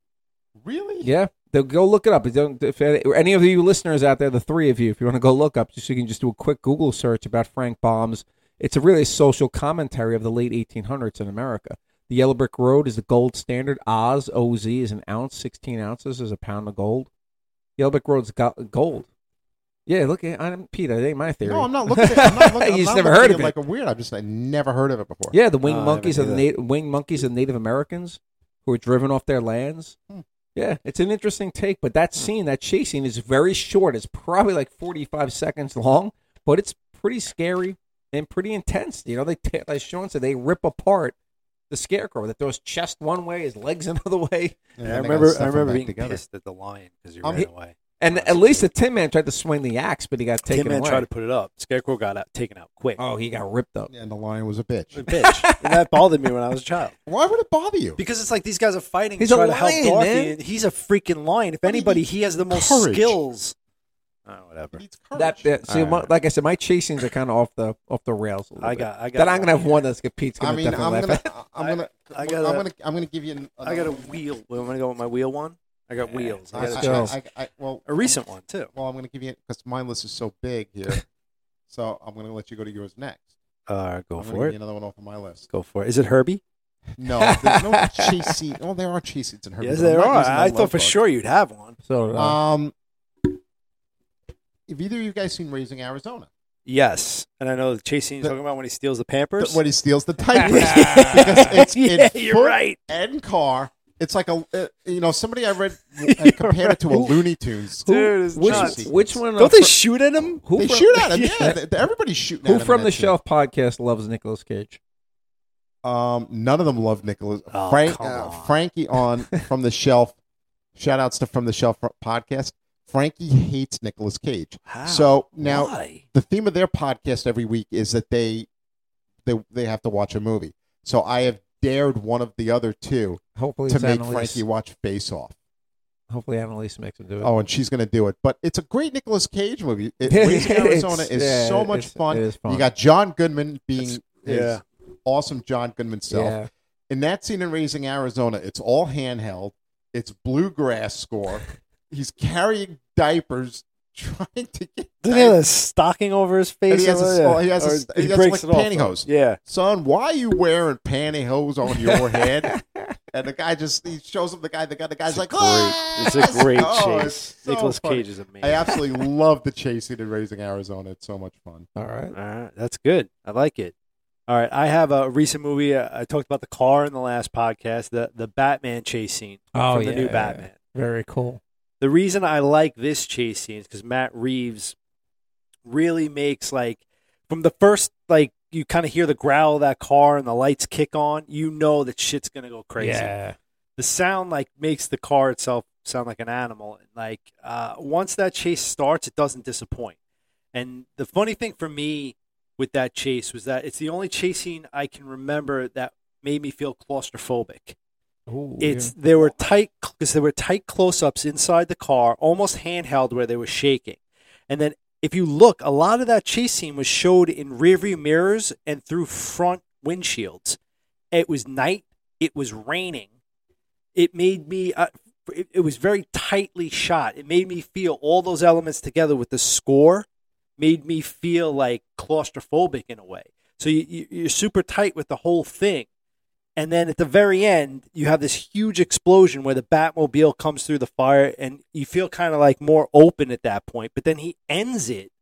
Really? Yeah, they'll go look it up. It don't- If any any of you listeners out there, the three of you, if you want to go look up, just you can just do a quick Google search about Frank Baum's. It's a really social commentary of the late 1800s in America. The Yellow Brick Road is the gold standard. Oz OZ is an ounce. 16 ounces is a pound of gold. Yellow Brick Road's go- gold. Yeah, look, at- I'm Pete. That ain't my theory. No, I'm not looking. At, I'm not looking I'm you just not never looking heard at of it it. like a weird. I'm just I never heard of it before. Yeah, the winged Oh, I monkeys are haven't the either. na- winged monkeys are Native Americans who were driven off their lands. Hmm. Yeah, it's an interesting take, but that scene, that chase scene, is very short. It's probably like forty-five seconds long, but it's pretty scary and pretty intense. You know, they t- like Sean said, they rip apart the scarecrow. That throws chest one way, his legs another way, And I then they gotta remember. stuff I them remember back being together. pissed at the lion because he Um, ran he- away. and at least the Tin Man tried to swing the axe, but he got taken Tin Man away. tried to put it up. Scarecrow got out, taken out quick. oh, he got ripped up. And the lion was a bitch. bitch. and that bothered me when I was a child. Why would it bother you? Because it's like these guys are fighting He's to a try to help lion, Dorothy. man. and He's a freaking lion. If But he anybody, needs he has the most courage. skills. Oh, whatever. It needs courage. That, that- see, All my- right. like I said, my chase scenes are kind of off the off the rails. A little I bit. got- I got Then I'm gonna one have one that's Pete's gonna I mean, I'm definitely gonna, laugh I'm at. gonna, I'm gonna, I- I I'm gotta- gonna, I'm gonna give you. An, I got a wheel. Well, I'm gonna go with my wheel one. I got wheels. I I- got Let's a, I- go. chance. I- I- well, a recent one too. Well, I'm gonna give you because my list is so big here. so I'm gonna let you go to yours next. Uh, go I'm gonna for give it. you another one off of my list. Go for it. Is it Herbie? No, there's no cheese seat. Well, there are cheese seats in her. yes, there are. I thought for sure you'd have one. So uh, Um, have either of you guys seen Raising Arizona? Yes, and I know the chase scene you're The- talking about when he steals the Th- Pampers. When he steals the diapers. yeah, it's in you're foot right. and car. It's like a uh, you know somebody I read uh, compared it to a Looney Tunes. Who- Dude, it's which, nuts. which one? Don't of- they shoot at him? who They from- shoot at him. Yeah, th- everybody's shooting. at Who him from in the that shit. Shelf podcast loves Nicolas Cage? Um, none of them love Nicholas. Oh, Frank, come uh, on. Frankie on from the shelf. Shout outs to from the shelf podcast. Frankie hates Nicolas Cage. How? So now Why? the theme of their podcast every week is that they they they have to watch a movie. So I have dared one of the other two Hopefully, to it's make Annalise. Frankie watch Face Off. Hopefully, Annalise makes him do it. Oh, and she's going to do it. But it's a great Nicolas Cage movie. It, Yeah, Raising it's- Arizona is yeah, so it's- much fun. it is fun. You got John Goodman being his yeah. awesome John Goodman self. Yeah. In that scene in Raising Arizona, it's all handheld. It's bluegrass score. He's carrying diapers, trying to get. Doesn't he have diapers. a stocking over his face? And he has or a what? small- he has a Or s- he has, like, breaks it off, pantyhose. though. Yeah. Son, why are you wearing pantyhose on your head? And the guy just he shows him the guy. The guy, the It's guy's a like, great- "Ah!" It's a great Oh, chase. it's so Nicholas funny. Cage is amazing. I absolutely love the chase he did raising Arizona. It's so much fun. All right. All right, that's good. I like it. All right, I have a recent movie. uh, I talked about the car in the last podcast, the the Batman chase scene Oh, from the new yeah. Batman. Very cool. The reason I like this chase scene is because Matt Reeves really makes like from the first like you kind of hear the growl of that car and the lights kick on, you know that shit's gonna go crazy Yeah. the sound like makes the car itself sound like an animal and like uh, once that chase starts it doesn't disappoint and the funny thing for me with that chase was that it's the only chase scene i can remember that made me feel claustrophobic Ooh, it's there were tight because there were tight close-ups inside the car almost handheld where they were shaking and then if you look a lot of that chase scene was showed in rearview mirrors and through front windshields it was night it was raining it made me uh, it, it was very tightly shot it made me feel all those elements together with the score made me feel like claustrophobic in a way so you, you, you're super tight with the whole thing and then at the very end, you have this huge explosion where the Batmobile comes through the fire, and you feel kind of like more open at that point. But then he ends it.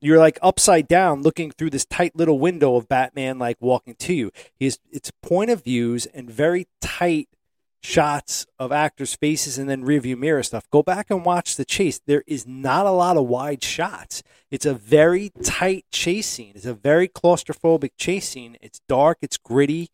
You're like upside down, looking through this tight little window of Batman, like walking to you. He's it's point of views and very tight shots of actors' faces, and then rearview mirror stuff. Go back and watch the chase. There is not a lot of wide shots. It's a very tight chase scene. It's a very claustrophobic chase scene. It's dark. It's gritty.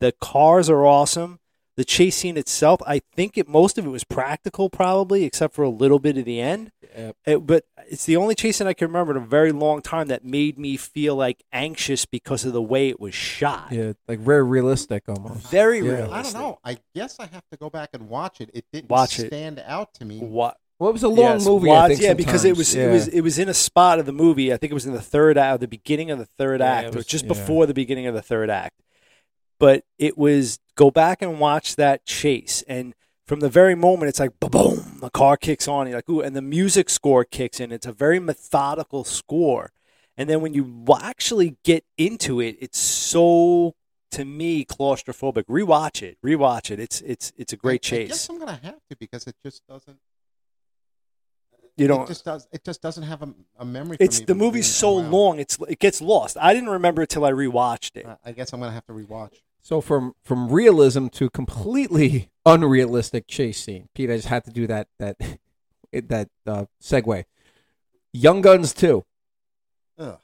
The cars are awesome. The chase scene itself, I think it most of it was practical, probably, except for a little bit at the end. Yep. It- but it's the only chase scene I can remember in a very long time that made me feel like anxious because of the way it was shot. yeah, like very realistic almost. Very Yeah. realistic. I don't know. I guess I have to go back and watch it. It didn't Watch it. stand out to me. What Well, it was a long Yes, movie. I watch- think yeah, because it sometimes. was Yeah. it was it was in a spot of the movie. I think it was in the third act, the beginning of the third Yeah, act, it or was- just yeah. before the beginning of the third act. But it was go back and watch that chase, and from the very moment it's like boom, the car kicks on, you're like ooh, and the music score kicks in. It's a very methodical score, and then when you wa- actually get into it, it's so to me claustrophobic. Rewatch it, rewatch it. It's it's it's a great I- I guess chase. I'm gonna have to because it just doesn't. You It don't just does. It just doesn't have a, a memory. for It's me the from movie's being so around. long, it's it gets lost. I didn't remember it till I rewatched it. I- I guess I'm gonna have to rewatch. so from from realism to completely unrealistic chase scene. Pete, I just had to do that that it- that uh, segue. Young Guns two. Ugh.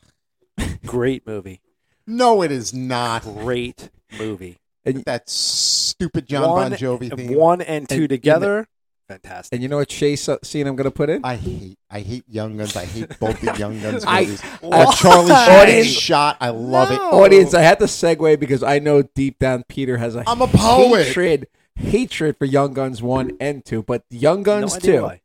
Great movie, No, it is not. great movie. That stupid John One- Bon Jovi thing. One and two And- together, fantastic. And you know what chase uh, scene I'm going to put in? I hate. I hate Young Guns. I hate both the Young Guns I- movies. I- Uh, The Charlie Sheen Audience- shot. I love it. Audience, I had to segue because I know deep down Peter has a I'm a poet. hatred hatred for Young Guns one and two, but Young No Guns idea two. why.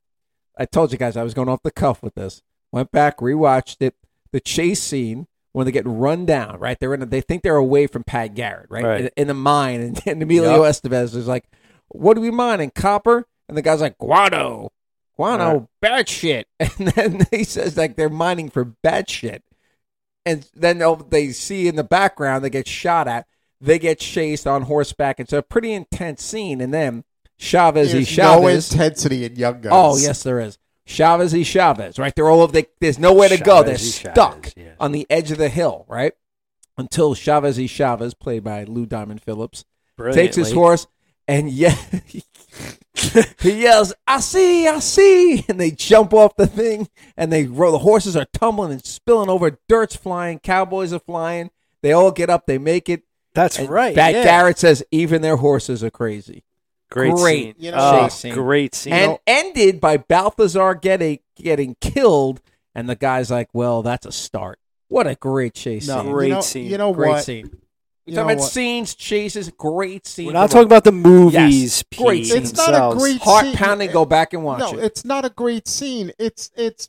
I told you guys I was going off the cuff with this. Went back, rewatched it. The chase scene when they get run down, right? They're in. A, they think they're away from Pat Garrett, right? Right. In, in the mine, and, and Emilio Estevez is like, "What are we mining? Copper?" And the guy's like, "Guano, guano, bad shit." And then he says like they're mining for bad shit. And then they'll- they see in the background they get shot at. They get chased on horseback. It's a pretty intense scene. And then Chavez, he There's Chavez. no intensity in Young Guns. Oh yes, there is. Chavez y Chavez, right? They're all over. They, there's nowhere to go. Chavez They're y stuck Chavez, yes. on the edge of the hill, right? Until Chavez y Chavez, played by Lou Diamond Phillips, takes his Brilliantly. horse and yeah, he yells, "I see, I see!" And they jump off the thing, and they roll. The horses are tumbling and spilling over. Dirt's flying. Cowboys are flying. They all get up. They make it. That's And right. Bat yeah. Garrett says, "Even their horses are crazy." great, great scene. you know, Oh, chase scene. great scene. and know- ended by Balthazar getting getting killed, and the guy's like, "Well, that's a start. What a great chase No, scene! Great you know, scene. You know great what? scene. We're You know talking about what? scenes, chases, great scene. We're not talking about the movies. Yes. Great Pete, scene. It's not a themselves. great- heart scene. pounding. Go back and watch no, it. it's not a great scene. It's it's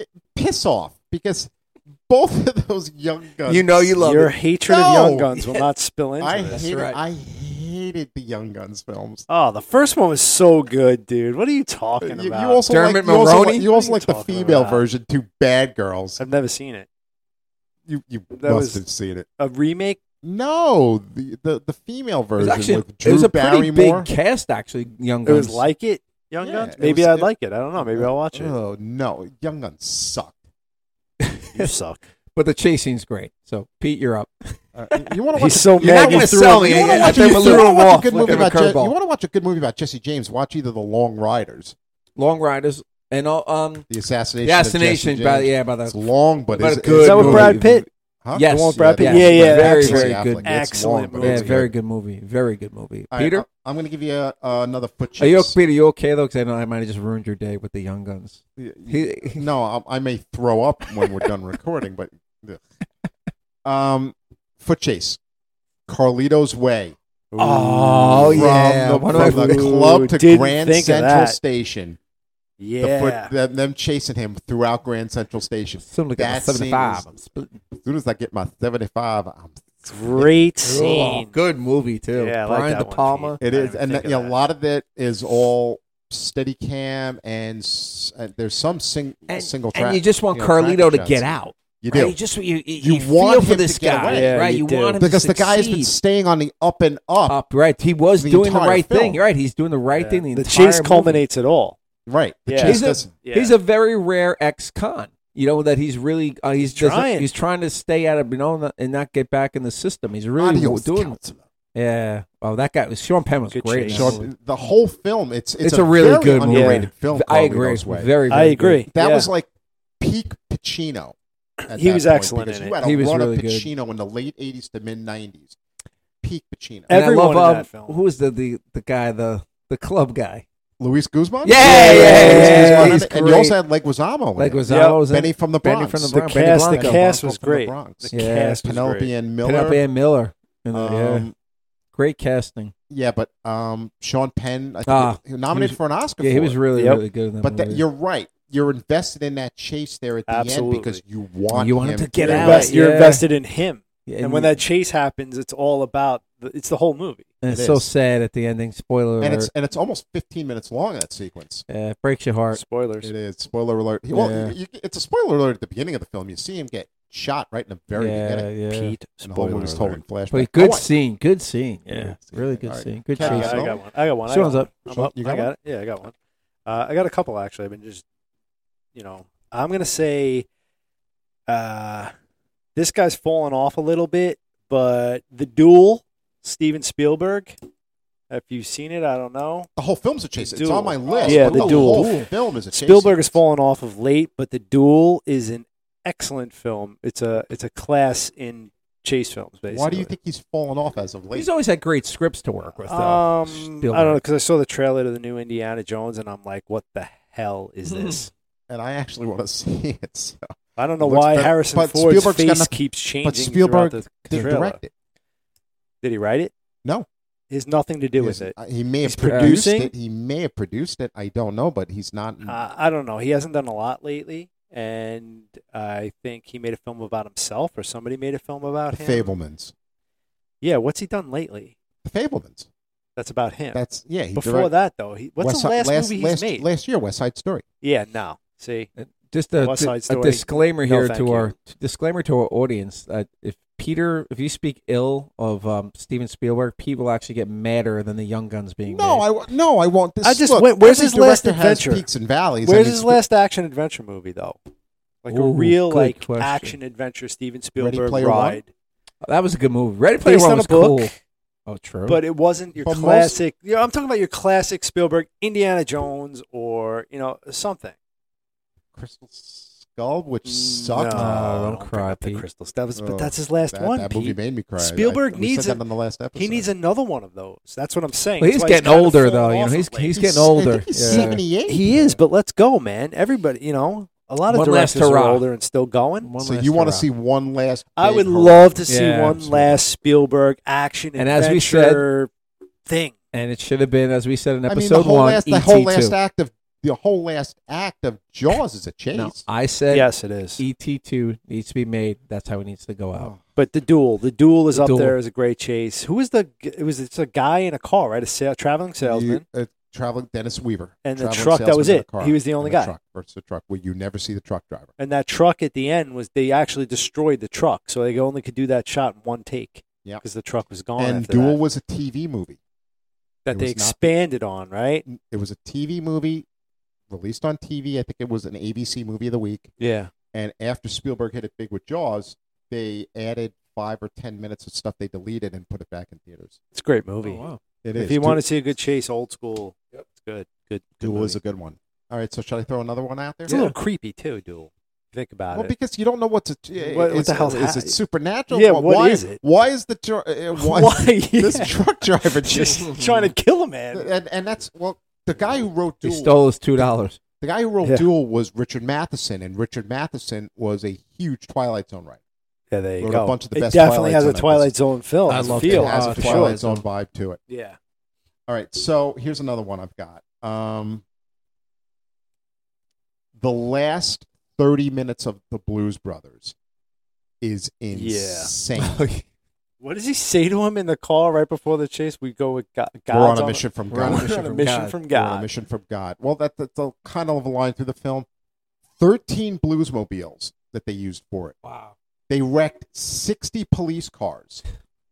it- piss off because both of those Young Guns. You know you love Your it. hatred of No. Young Guns will not spill into I this. hated. right. I hated the Young Guns films. Oh, the first one was so good, dude. What are you talking You, about? you also Dermot like, you also Mulroney? like- You What also are like you the talking female about? version to Bad Girls. I've never seen it. You you That must was- have seen it. A remake? No, the the, the female It was version actually with Drew it was a pretty Barrymore. big cast. Actually, Young It was Guns. like it, Young Yeah, Guns. it Maybe was- I'd it- like it. I don't know. Maybe I'll watch it. Oh no, Young Guns suck. You suck. but the chase scene's great. So Pete, you're up. Uh, you want to watch? He's so You're not mad. You gonna threw sell him. me. You want I to watch, think a- I'm a you wanna little watch off, a good like movie I'm a about Je- you curveball. want to watch a good movie about Jesse James? Watch either The Long Riders, Long Riders and all, um The Assassination, the assassination Of Jesse by James. yeah by It's the long, but But it's a it's- good Is that with movie. Brad Pitt? Huh? Yes. The one with Yeah, Brad Pitt? yeah. Yeah, yeah. Very, It's very Affleck. good. It's Excellent long, but yeah it's very good movie very good movie. All right, Peter, I- I'm going to give you uh, another foot are you chase. Peter? You okay though? Because I know I might have just ruined your day with the Young Guns. He- he- no, I, I may throw up when we're done recording, but ugh. um, foot chase, Carlito's Way. Oh, from yeah. the, One of from my- the club to Didn't Grand think of Central that. Station. The Yeah. foot- them, them chasing him throughout Grand Central Station. Something like that. That Seventy scene five. was- As soon as I get my 75, I'm Great Oh, scene. good movie too. Yeah, I like Brian that De one, Palma. Pete. It I is, didn't and think you of know, a that. lot of it is all steady cam, and, s- and there's some sing, And- single track. And you just want you know, tracking Carlito to shots. get out. You do Right? You just you, You you, want feel for him this to get guy, away. Yeah, right? you You, do. want him because to the guy has been succeed. Uh, staying on the up and up, up, right? He was the doing the entire right film. thing, right? He's doing the right thing. The, The entire chase movie. culminates it all. right? The Yeah. chase He's a- doesn't. Yeah. He's a very rare ex-con. You know that he's really uh, he's just- Trying. he's trying to stay out of you know and not get back in the system. He's really Adios, doing counselor. yeah. Oh, that guy was Sean Penn was Good great. in chase. that So movie. the whole film, it's it's, It's, a, really very good movie. underrated Yeah. film. I Carlito's agree. Way. Very, very I agree. That Yeah. was like peak Pacino. at He that was point, excellent because in you it. had a He was run really of good. Pacino in the late '80s to mid '90s. Peak Pacino. And I love Everyone in um, that film. who was the, the the guy the the club guy. Luis Guzman. Yeah, yeah, yeah, Luis Guzman. he's And you also great. had Leguizamo. in Like it. was Yeah. I was in Oh, Benny from the Benny Bronx. from the The Bronx. Benny cast, the Blanco. cast Blanco was from the great. Bronx. The Yeah. cast was Penelope great. and Miller. Penelope Ann Miller. And, uh, yeah. Um, Great casting. yeah. but um, Sean Penn, I think Ah, he was nominated he was- for an Oscar. Yeah, for he was it. really Yep. really good in that But that, movie. you're right. You're invested in that chase there at the Absolutely. end because you want You want him to get You're, out, invest- you're yeah. invested in him. Yeah, And, when that chase happens, it's all about the, it's the whole movie. and it it's so is. sad at the ending. Spoiler and alert. it's and it's almost 15 minutes long that sequence. Yeah, it breaks your heart. Spoilers. It is spoiler alert. Well, Yeah. you, you- it's a spoiler alert at the beginning of the film. You see him get shot right in the very yeah, beginning. yeah. Pete. And the whole Spoiler movie's told in alert. flashback. But good Oh, I- scene, good scene. Yeah, Yeah. really good All right. scene. Good Cat Uh, chase. Cat. I got one. I got one. I Sean's got up. one. I'm Sean, up. you got I got it. Yeah, I got one. Uh, I got a couple actually. I've been just, you know, I'm gonna say, uh, this guy's fallen off a little bit, but the duel, Steven Spielberg. If you've seen it, I don't know. The whole film's a chase. The It's duel. on my list. Yeah, the but the duel. whole film is a chase. Spielberg has sequence. fallen off of late, but The Duel is an excellent film. It's a it's a class in chase films. Basically, Why do you think he's fallen off as of late? He's always had great scripts to work with. Though. Um, I don't know Spielberg. because I saw the trailer to the new Indiana Jones, and I'm like, what the hell is this? and I actually want to see it. So. I don't know Looks why better- Harrison but Ford's Spielberg's got face nothing- keeps changing. but Spielberg throughout the Did trailer. direct it? Did he write it? No. It has nothing to do He with has- it. uh, He may He's have produced producing? it. He may have produced it. I don't know, but he's not. Uh, I don't know. He hasn't done a lot lately, and I think he made a film about himself, or somebody made a film about the him. Fablemans. Yeah, what's he done lately? The Fablemans. That's about him. That's yeah. He Before directed that, though, he, what's West the Side- last, last movie he's last, made? last year, West Side Story. yeah, no. See, Uh, just a, West Side a Story. disclaimer No, here thank to you. our disclaimer to our audience. Uh, if Peter, if you speak ill of um, Steven Spielberg, Pete will actually get madder than the Young Guns being. No, made. I w- no, I won't. This, I just look, went- where's every his last director has adventure? Peaks and valleys. where's and his it's- last action adventure movie though? Like a Ooh, real good like question. action adventure Steven Spielberg Player One? ride that was a good movie. Ready Player Based One on a was book, cool. Oh, true. but it wasn't your But most- classic. you know, I'm talking about your classic Spielberg, Indiana Jones, or you know something. Crystal Skull, which sucked. No, Oh, don't bring cry, up the Pete. crystals. That was, Oh, but that's his last that, one. That Pete. movie made me cry. Spielberg I, we needs said a- that on the last episode. He needs another one of those. That's what I'm saying. Well, he's That's why he's getting kinda older fallen though. You know, off he's of late. he's He's- getting older. I think he's Yeah. 78. He is, but let's go, man. Everybody, you know, a lot of One last directors are hurrah. older and still going. One So last you want to hurrah. see one last? I big would hurrah. love to see Yeah, one absolutely. last Spielberg action And as we said- adventure thing. and it should have been as we said in I mean, episode the whole one. E last, the ET whole two. last act of the whole last act of Jaws is a chase. No, I said yes, it is. ET two needs to be made. That's how it needs to go out. Oh. But the duel, the duel is The up duel. there as a great chase. Who is the? g- It was it's a guy in a car, right? A sa- traveling salesman. You- uh, traveling Dennis Weaver And the Traveling truck, that was salesman in it. a car. He was the only And guy. Truck versus the truck, where you never see the truck driver. and that truck at the end was they actually destroyed the truck, so they only could do that shot in one take. Yep. because the truck was gone. And after Duel that, was a TV movie. that it they was not- expanded on, right? It was a TV movie released on TV. I think it was an ABC movie of the week. Yeah, And after Spielberg hit it big with Jaws, they added five or ten minutes of stuff they deleted and put it back in theaters. it's a great movie. It Oh, If is. you Du- want to see a good chase, old school, it's good. Good. good Duel is a movie. good one. All right, so should I throw another one out there? It's a little creepy too. Duel. Think about Well, it. because you don't know what's What- a, what the is- hell's is hap- it supernatural? Yeah, Why- what why is it? Why is the dr- uh, why, this truck driver just just trying to kill a man? and, and that's well the guy who wrote He Duel stole his two dollars. the guy who wrote Yeah. Duel was Richard Matheson and Richard Matheson was a huge Twilight Zone writer. Yeah, there you Wrote a go. bunch of the it best definitely Twilight has Zone a episodes. Twilight Zone film. I It's love feel that. it has uh, a for Twilight sure. Zone vibe to it. Yeah, All right, so here's another one I've got. Um, the last 30 minutes of the Blues Brothers is insane. What does he say to him in the call right before the chase? We go with God. We're on God's a mission from We're on God. a We're on a mission from We're on a God. mission from God. Well, that, that's a kind of a line through the film. 13 bluesmobiles that they used for it. Wow. They wrecked 60 police cars,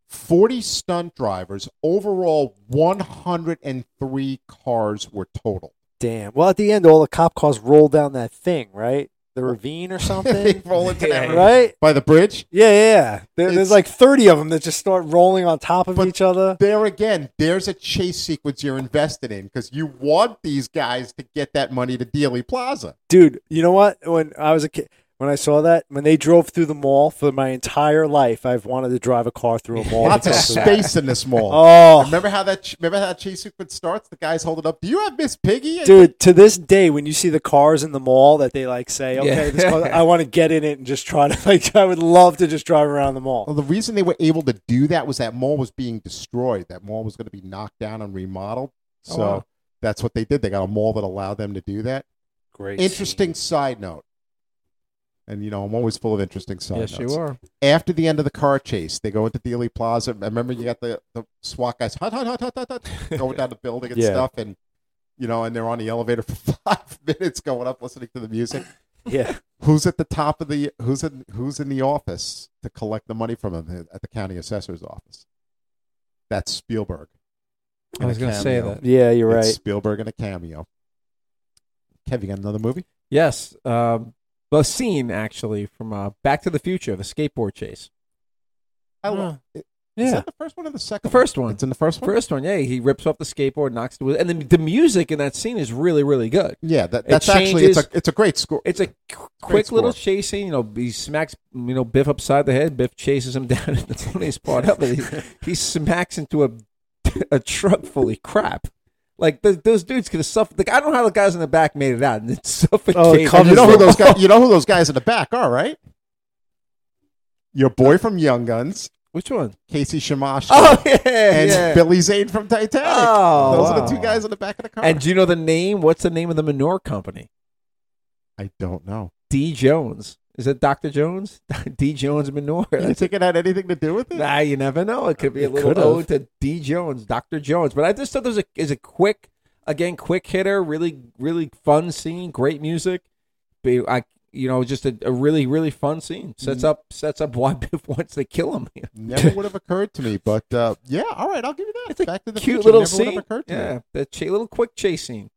40 stunt drivers. Overall, 103 cars were total. Damn. Well, at the end, all the cop cars roll down that thing, right? The ravine or they something, roll into Yeah. that river. right? by the bridge. Yeah, yeah. yeah. There, It's- there's like 30 of them that just start rolling on top of But- each other. There again, there's a chase sequence you're invested in because you want these guys to get that money to Dealey Plaza. Dude, you know what? When I was a kid, when I saw that, when they drove through the mall for my entire life, I've wanted to drive a car through a mall. Lots of because that. space in this mall. Oh, Remember how that? ch- Remember how that chase sequence starts? The guys holding up. Do you have Miss Piggy? And dude to this day when you see the cars in the mall that they like say okay Yeah. this car, i want to get in it and just try to like i would love to just drive around the Well, mall the reason they were able to do that was that mall was being destroyed. That mall was going to be knocked down and remodeled. So Oh, wow. that's what they did. They got a mall that allowed them to do that. great Interesting side note. And you know, I'm always full of interesting side Yes, you notes. are. After the end of the car chase, they go into Dealey Plaza. I remember you got the, the SWAT guys hut, hut, hut, hut, hut, hut, going down the building and Yeah. stuff, and you know, and they're on the elevator for five minutes, going up, listening to the music. yeah Who's at the top of the who's in who's in the office to collect the money from him at the county assessor's office? That's Spielberg. I was In a going to say cameo. that. yeah you're It's right Spielberg in a cameo. Kev, you got another movie? Yes. Um, the scene actually from uh, Back to the Future, the skateboard chase. I lo- Huh. Is yeah that the first one or the second? The first one. It's in the first one. First one, yeah, he rips off the skateboard, knocks the and the, the music in that scene is really, really good. Yeah, that, It that's actually it's a changes- it's a great score. It's a qu- quick little score. chase scene. You know, he smacks you know Biff upside the head. Biff chases him down, and the funniest part of it, he, he smacks into a a truck full of crap. Like th those dudes could have suffered. Like I don't know how the guys in the back made it out, and it's Oh, suffocated. covered you know who those guys, you know who those guys in the back are, right? Your boy from Young Guns, Which one? Casey Shamash, Oh yeah, and yeah. Billy Zane from Titanic. Oh, those are wow. the two guys in the back of the car. And do you know the name? What's the name of the manure company? I don't know. D Jones. Is it Doctor Jones? D Jones Manure. You think it had anything to do with it? Nah, you never know. It could be a It little could've. ode to D Jones, Doctor Jones. But I just thought there was a is a quick, again, quick hitter, really, really fun scene, great music. Be I, you know, just a, a really, really fun scene. Mm-hmm. Sets up, sets up why Biff wants to kill him. Never would have occurred to me, but uh, yeah, all right, I'll give you that. It's a Back to the Cute Future little never Would scene. have occurred to me. Yeah, the ch- little quick chase scene.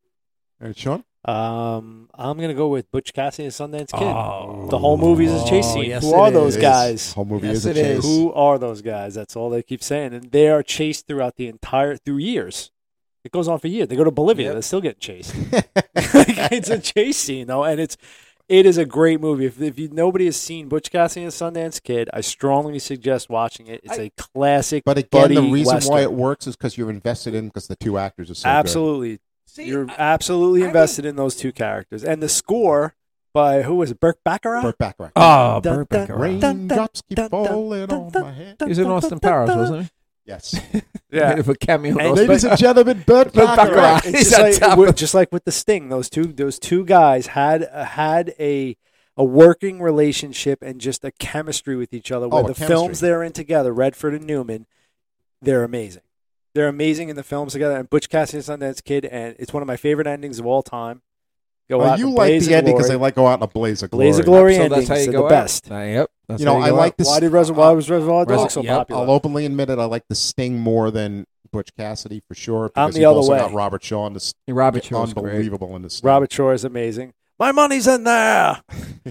All right, Sean. um i'm gonna go with butch cassidy and sundance kid Oh. the whole movie is a chase scene yes, who it are those is. guys Whole movie Yes, is a it is. chase. who are those guys that's all they keep saying and they are chased throughout the entire through years it goes on for years they go to bolivia Yep. they're still getting chased Like, it's a chase scene though, and it's it is a great movie. If, if you, nobody has seen Butch Cassidy and the Sundance Kid, I strongly suggest watching it. It's a classic. But again, buddy the reason Western. why it works is because you're invested in because the two actors are so absolutely See, you're absolutely I invested in those two characters and the score by who was it? Burke Baccarat. good. Burt Bacharach. oh, Dun, Burt dun, Bacharach. dun, dun, Ah, Raindrops keep dun, dun, falling dun, on dun, my head. He was in Austin Powers, wasn't he? Yes, Yeah. Made up a cameo. And- in ladies Austin- and gentlemen, Burt Burt Bacharach. Bacharach. It's He's just on like, top with- of- just like with the Sting, those two those two guys had uh, had a a working relationship and just a chemistry with each other. Where Oh, a the chemistry. films they're in together, Redford and Newman, they're amazing. They're amazing in the films together. And Butch Cassidy and Sundance Kid, and it's one of my favorite endings of all time. Go Oh, out you in a like blaze the of ending because glory. they like go out in a blaze of glory. Blaze of glory So endings that's how you are go the out. best. Uh, yep. That's You know, how I go like out. this. Why did Reservoir, why was Reservoir Dogs Resi- so yep, popular? I'll openly admit it. I like the Sting more than Butch Cassidy for sure. I'm Because the you've other also way. got Robert Shaw in the Sting. Robert Shaw was great. unbelievable in the Sting. Robert Shore is amazing. My money's in there.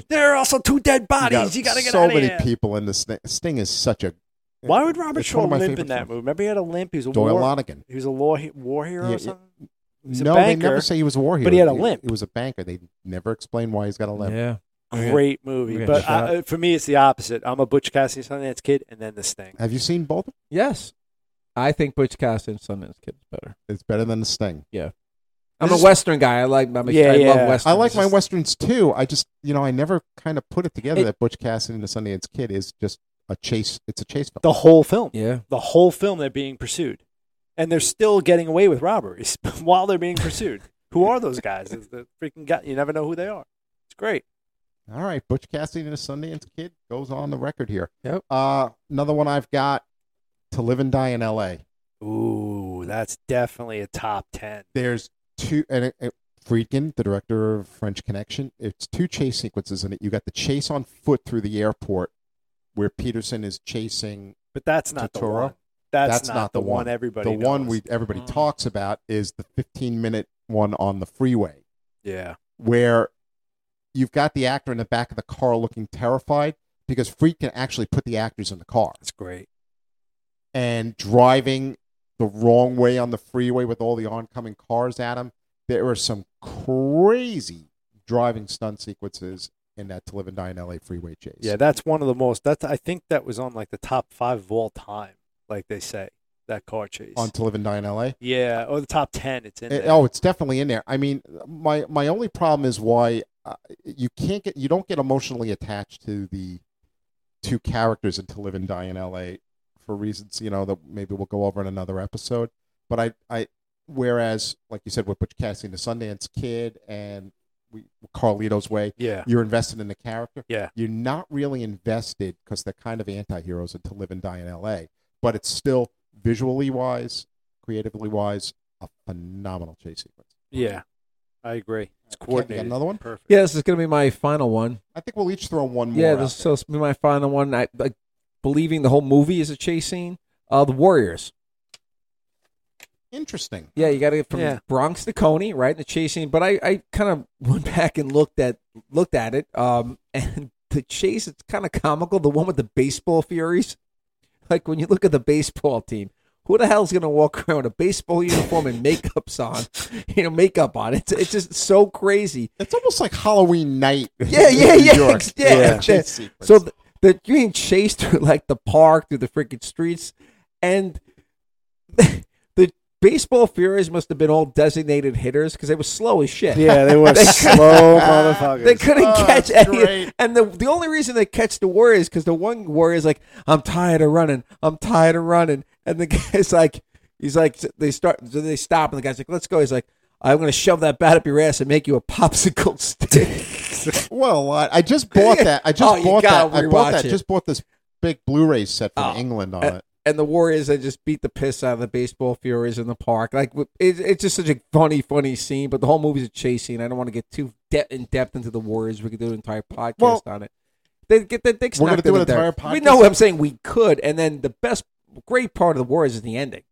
There are also two dead You bodies. You got to get so out of many here. people in the Sting. Sting is such a. Why would Robert it's one Shore of my limp favorite in that films. movie? Remember he had a limp. He was a Doyle war. Lonigan. He was a law, war hero Yeah, or yeah. something. He's a No, they never banker, say he was a war hero. but he had a It- limp. It was a banker. They never explain why he's got a limp. Yeah. Okay. Great We're movie, gonna but check it I, for me, it's the opposite. I'm a Butch Cassidy Sundance Kid, and then this thing. Have you seen both? Yes. I think Butch Cassidy and Sundance Kid is better. It's better than the Sting. I'm This- a Western guy. I like. I'm a, Yeah, I yeah. love Westerns. I like my It's westerns too. I just, you know, I never kind of put it together It- that Butch Cassidy and the Sundance Kid is just a chase. It's a chase film. The whole film, just- Yeah. the whole film, they're being pursued, and they're still getting away with robberies while they're being pursued. who are those guys? It's the freaking guy. You never know who they are. It's great. All right, Butch Cassidy and the Sundance Kid goes on the record here. Yep. Uh, another one I've got: To Live and Die in L.A. Ooh, that's definitely a top ten. There's two, and it, it, Friedkin, the director of French Connection, it's two chase sequences in it. You got the chase on foot through the airport, where Peterson is chasing But that's not the Totoro? one. That's, That's not, not the the one, one. everybody. the one knows. we everybody Mm. talks about is the 15 minute one on the freeway yeah. where you've got the actor in the back of the car looking terrified because Freak can actually put the actors in the car It's great. and driving the wrong way on the freeway with all the oncoming cars at him. There are some crazy driving stunt sequences in that To Live and Die in LA freeway chase. Yeah, that's one of the most. That's I think that was on like the top five of all time. Like they say, that car chase. On To Live and Die in LA. yeah, or the top ten. It's in. Eh, there. oh, it's definitely in there. I mean, my my only problem is why uh, you can't get you don't get emotionally attached to the two characters in To Live and Die in L.A. for reasons you know that maybe we'll go over in another episode. But I I whereas like you said with Butch Cassidy and the Sundance Kid and we Carlito's Way, yeah, you're invested in the character. Yeah. you're not really invested because they're kind of anti-heroes in To Live and Die in L.A. But it's still visually wise, creatively wise, a phenomenal chase sequence. yeah. I agree. It's Okay, we got coordinated. another one? Perfect. Yeah. This is gonna be my final one. I think we'll each throw one more. Yeah. out This so there. this will be my final one. I like believing the whole movie is a chase scene. Uh, the Warriors. interesting. Yeah, you got to get from Yeah. Bronx to Coney, right? The chase scene. But I, I kind of went back and looked at looked at it. Um, and the chase, it's kind of comical. The one with the baseball furies, like when you look at the baseball team, who the hell's gonna walk around with a baseball uniform and makeups on? You know, makeup on. It's it's just so crazy. It's almost like Halloween night. Yeah, in yeah, New yeah, York. ex- yeah, yeah. The chase sequence. So th- that you're being chased through like the park, through the freaking streets, and the baseball furies must have been all designated hitters because they were slow as shit. Yeah, they were slow motherfuckers. They couldn't Oh, catch that's any, great. and the the only reason they catch the Warriors because the one Warrior's like, "I'm tired of running, I'm tired of running," and the guy's like, he's like, they start, so they stop, and the guy's like, "Let's go." He's like, "I'm gonna shove that bat up your ass and make you a popsicle stick." well, I, I just bought that. I just Oh, you bought gotta that. I bought rewatch that. it. Just bought this big Blu-ray set from Oh, England on uh, it. and the Warriors they just beat the piss out of the baseball furies in the park. Like w- it, it's just such a funny, funny scene. But the whole movie's a chase scene. I don't want to get too de- in depth into the Warriors. We could do an entire podcast Well, on it. They get their dicks we're gonna knocked do in an the dirt. entire We podcast? know what I'm saying. We could, and then the best, great part of the Warriors is the ending.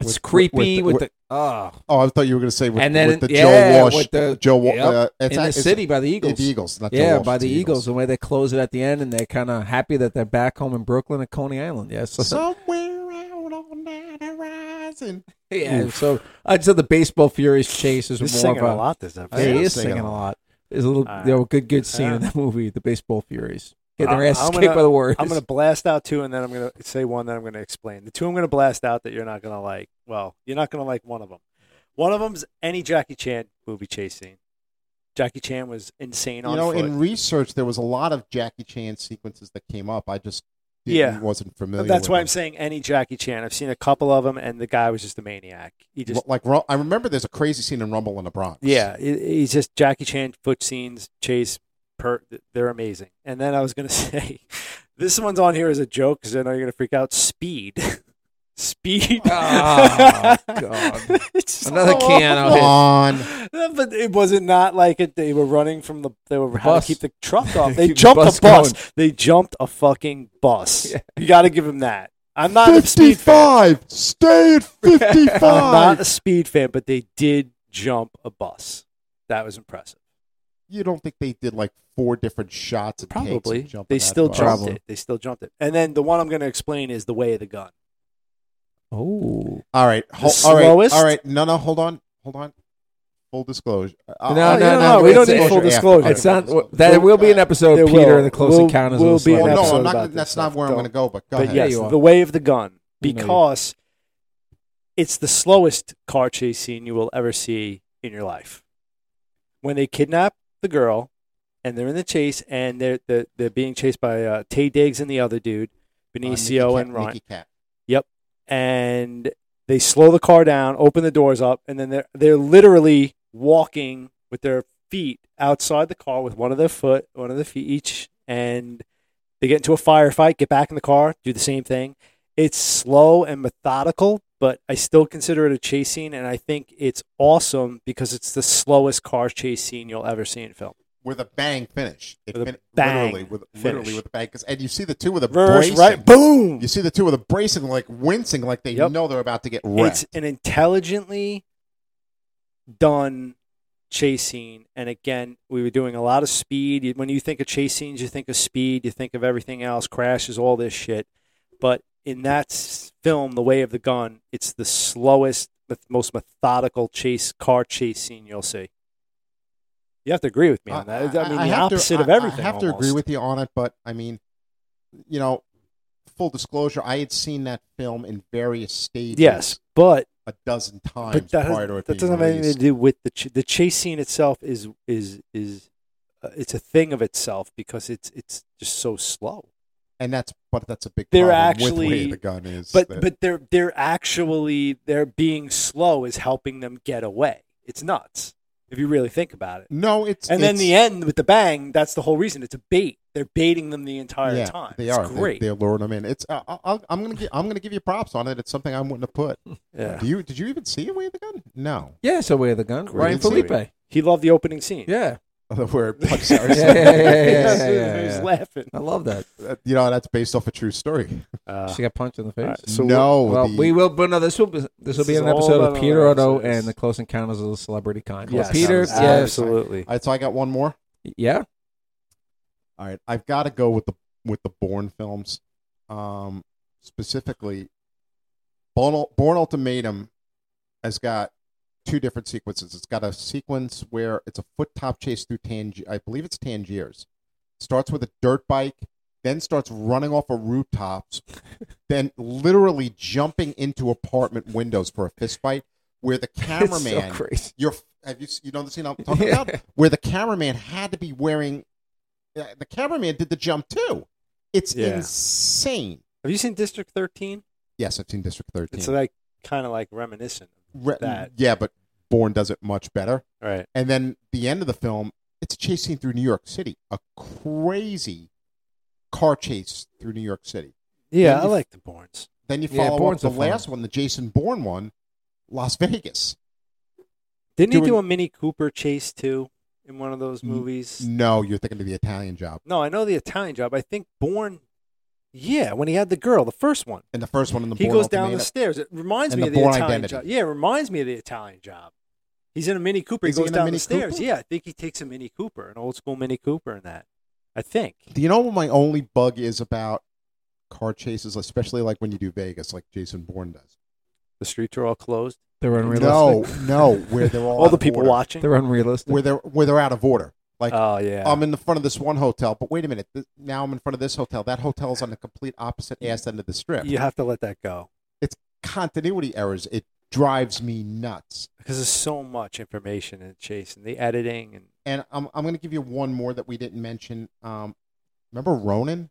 It's With- creepy with- with, the oh, Oh, I thought you were going to say with, and then with the yeah, Joe Walsh. with the Joe Walsh. yep, Uh, it's in the act- it's- city by the it's Eagles. The Eagles. Not Joe Yeah, Walsh, by it's the Eagles, the way they close it at the end, and they're kind of happy that they're back home in Brooklyn at Coney Island. Yes, Somewhere out on that horizon. Yeah, so I'd say the baseball furious chase is You're more singing of a, a lot this episode. Yeah, he I'm is singing singing a a lot. lot. There's a little, All right. there were good, good scene in Yeah. that movie, the baseball furious, getting their I- ass I'm kicked gonna- by the Warriors. I'm gonna blast out two, and then I'm gonna say one. Then I'm gonna explain the two. I'm gonna blast out that you're not gonna like. Well, you're not gonna like one of them. One of them's any Jackie Chan movie chase scene. Jackie Chan was insane on you know, foot. in research, there was a lot of Jackie Chan sequences that came up. I just didn't, Yeah. wasn't familiar. That's with why them. I'm saying any Jackie Chan. I've seen a couple of them, and the guy was just a maniac. He just like Ru- I remember there's a crazy scene in Rumble in the Bronx. Yeah, it, he's just Jackie Chan foot scenes, chase, per, they're amazing. And then I was gonna say, this one's on here as a joke because I know you're gonna freak out. Speed, Speed. Oh, God. It's just Another so Keanu awful. hit. on. Yeah, But it wasn't not like it. They were running from the. They were how to Bus. keep the truck off. Keep They the jumped bus a bus. They jumped a fucking bus. Yeah. You got to give him that. I'm not a speed fan. 55. Stay at I'm not 55. a speed fan, but they did jump a bus. That was impressive. you don't think they did like four different shots? It takes to Probably jump on they that still bus? jumped Probably. it. They still jumped it. And then the one I'm going to explain is the way of the gun. Oh. All right. Ho- The all right. slowest? All right. No, no. Hold on. Hold on. Full disclosure. Uh, No, uh, no, no, we don't need after. full disclosure. Okay, It's not full disclosure. that it will be an episode There of Peter will- and the Close will- Encounters will of the be an Well, Slow no, Mo. episode I'm not. about Gonna, this that's stuff. not where I'm Don't- going to go. But go but ahead. Yeah, yes, you are. the way of the gun You know you- because it's the slowest car chase scene you will ever see in your life. When they kidnap the girl and they're in the chase and they're they're, they're being chased by uh, Tay Diggs and the other dude, Uh, Nicky Benicio Cat- and Ryan, Nicky Cat. and they slow the car down, open the doors up, and then they're they're literally walking with their feet outside the car with one of their foot, one of their feet each, and they get into a firefight, get back in the car, do the same thing. It's slow and methodical, but I still consider it a chase scene, and I think it's awesome because it's the slowest car chase scene you'll ever see in film. with a bang finish. It With a fin- bang literally with literally finish. with a bang, 'Cause- and you see the two with a Reverse, bracing. right, boom. You see the two with a bracing, like wincing, like they Yep. know they're about to get it's wrecked. an intelligently done chase scene and again we were doing a lot of speed You- when you think of chase scenes you think of speed you think of everything else crashes all this shit but in that s- film the way of the gun it's the slowest meth- most methodical chase car chase scene you'll see you have to agree with me on that i, mean the have to- opposite of I- everything I have to agree almost. with you on it, but I mean, you know, full disclosure, I had seen that film in various stages. yes but a dozen times but that, prior to has, that it being doesn't have anything released. to do with the ch- the chase scene itself is is is uh, it's a thing of itself because it's it's just so slow and that's but that's a big They're problem with actually- way the gun is. but that- but they're they're actually they're being slow is helping them get away it's nuts if you really think about it no, it's and then it's- the end with the bang that's the whole reason it's a bait they're baiting them the entire yeah, time They it's are They- great They, are luring them in. It's uh, I- I'll, I'm gonna give, I'm gonna give you props on it. It's something I wouldn't have put. yeah. Do you did you even see Away the Gun? No. Yeah, so way of the gun. Great Ryan movie. Felipe. he loved the opening scene Yeah. Where Yeah, yeah, yeah, yeah, yeah, he was yeah. laughing I love that. you know that's based off a true story. Uh, She got punched in the face. all right, so no, well, the- we will, but no, this will be, this will be is an all episode about of our Peter Otto episodes. and the Close Encounters of the Celebrity Kind. yes, Peter, Encounters. yes, absolutely All right, so I got one more. yeah, All right, I've got to go with the with the Bourne films, um, specifically Born, Ul- Bourne Ultimatum has got two different sequences. It's got a sequence where it's a foot top chase through Tangier. I believe it's Tangiers. Starts with a dirt bike, then starts running off of rooftops, then literally jumping into apartment windows for a fist fight. Where the it's so cameraman crazy. your have you s- you know the scene I'm talking Yeah. about where the cameraman had to be wearing uh, the cameraman did the jump too. It's Yeah. insane. have you seen district 13 Yes, I've seen District 13. It's like kind of like reminiscent. Re- that. Yeah, but Bourne does it much better. Right. And then the end of the film, it's a chase scene through New York City, a crazy car chase through New York City. Yeah, Then I you- like the Bournes. Then you Yeah, follow up Bourne's the a fun last one, the Jason Bourne one, Las Vegas. Didn't he do Doing- a Mini Cooper chase too in one of those Mm, movies? No, you're thinking of the Italian job. No, I know the Italian job. I think Bourne. Yeah, when he had the girl, the first one, And the first one in the he Bourne goes down the Ultimatum. stairs. It reminds And me the of the Bourne Italian Identity. job. Yeah, it reminds me of the Italian job. He's in a Mini Cooper. Is he he goes in a down Mini the stairs. Cooper? Yeah, I think he takes a Mini Cooper, an old school Mini Cooper, in that. I think. Do you know what my only bug is about car chases, especially like when you do Vegas, like Jason Bourne does? The streets are all closed. They're No, unrealistic. no, where they're all All out the of people order. watching. they're unrealistic. where they're where they're out of order. Like um, Oh yeah. I'm in the front of this one hotel, but wait a minute, th- now I'm in front of this hotel. That hotel is on the complete opposite ass end of the strip. you have to let that go. Continuity errors. It drives me nuts. because there's so much information in Chase and the editing and And I'm I'm gonna give you one more that we didn't mention. Um, remember Ronin,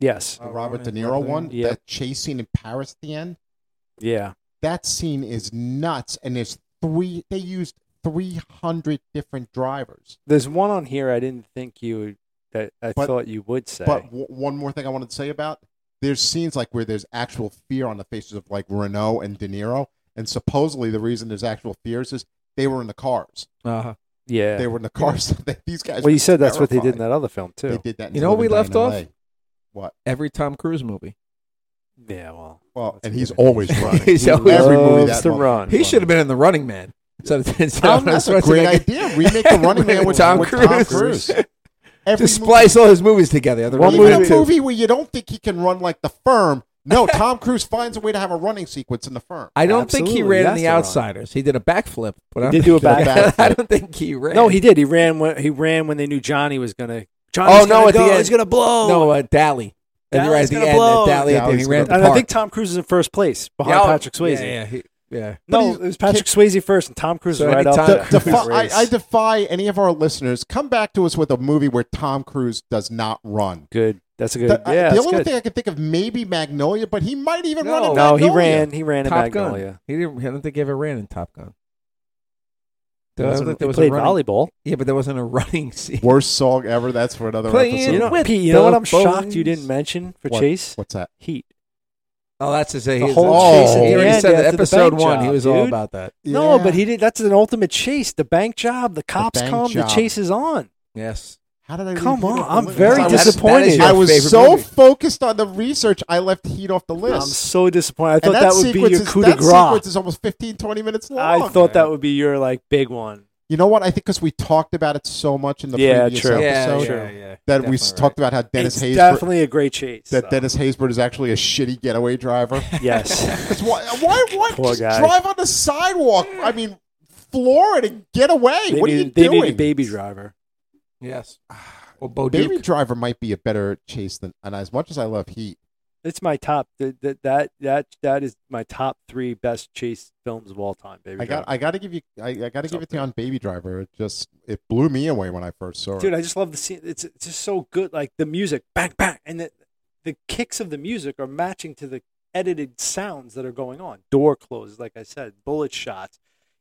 yes, the Oh, Robert Ronin, De Niro Ronin. one? Yep. That chase scene in Paris at the end. yeah, that scene is nuts and there's three they used 300 different drivers there's one on here I didn't think you that I But- thought you would say. but w- one more thing i wanted to say about there's scenes like where there's actual fear on the faces of like Renault and De Niro, and supposedly the reason there's actual fears is they were in the cars. Uh-huh. Yeah. They were in the cars. These guys. well, were you said that's what they did in terrified. that other film too. They did that. in You know what we Living left Daylight off? LA. What? Every Tom Cruise movie. Yeah. Well. Well, That's and a he's good idea. always running. He's He always- every movie Loves that to motherfucker run. He runs. should have been in the Running Man. So instead Um, of that's a great Schwarzenegger, idea. Remake the Running Man with Tom Tom with Tom Cruise. Cruise. Every to splice all his movies together. The One Running movie, Man even movie- a too. movie where you don't think he can run like The Firm. No, Tom Cruise finds a way to have a running sequence in The Firm. I don't think he Absolutely, ran in yes, The they're on. Outsiders. He did a backflip. But I don't He did do a think- backflip. I don't think he ran. No, he did. He ran when he ran when they knew Johnny was gonna. Johnny's Oh no! gonna At go, the end, He's gonna blow. No, uh, Dally. And you're right, Dally's at the gonna end, blow. uh, Dally. at the- Dally's He ran at the gonna and I park. think Tom Cruise is in first place behind Yeah, Patrick Swayze. Yeah, yeah, he- yeah. No, But it he's- was Patrick Swayze first, and Tom Cruise So is right any up Tom there. Cruise Defi- I, I defy any of our listeners. Come back to us with a movie where Tom Cruise does not run. good. That's a good. The, I- yeah, the that's only good. thing I can think of maybe Magnolia, but he might even No. run in no, he Magnolia. ran. He ran in Top Gun. Magnolia. He didn't. I don't think he ever ran in Top Gun. He There, I don't wasn't- think he there was a played running- volleyball. Yeah, but there wasn't a running scene. Worst song ever. That's for another Playing episode. You know, with Pete, you know what? the I'm shocked you bones. didn't mention for What- Chase What's that? Heat. Oh, that's to say, The he's- whole chase at he the already end said that after the episode bank one. job, he was all dude. about that. No, Yeah. but he did. That's an ultimate chase. The bank job. The cops bank come. job. The chase is on. Yes, How did I leave Come Heat on, off the I'm list? very I was- That's- that is disappointed. your I was favorite so movie. focused on the research, I left Heat off the list. I'm so disappointed. I thought and that, would be sequence your is, coup de that grace. sequence is almost 15, 20 minutes long. I thought that would be your like big one. You know what? I think because we talked about it so much in the Yeah, previous true. yeah, episode yeah, yeah, that we Definitely s- right. talked about how Dennis it's Haysbert definitely a great chase. that though. Dennis Haysbert is actually a shitty getaway driver. yes. 'Cause why? Why? why Poor just guy. drive on the sidewalk. I mean, floor it and get away. they what are need, you they doing? need a baby oh, driver. Yes. Well, Bo Baby Duke. Driver might be a better chase than. And as much as I love Heat, It's my top. That that that that, that is my top three best chase films of all time. Baby I got. driver. I got to give you. I, I got to give it to you on Baby Driver. It just it blew me away when I first saw Dude, it. I just love the scene. It's, it's just so good. Like the music, bang bang, and the the kicks of the music are matching to the edited sounds that are going on. Door closes, like I said, bullet shots.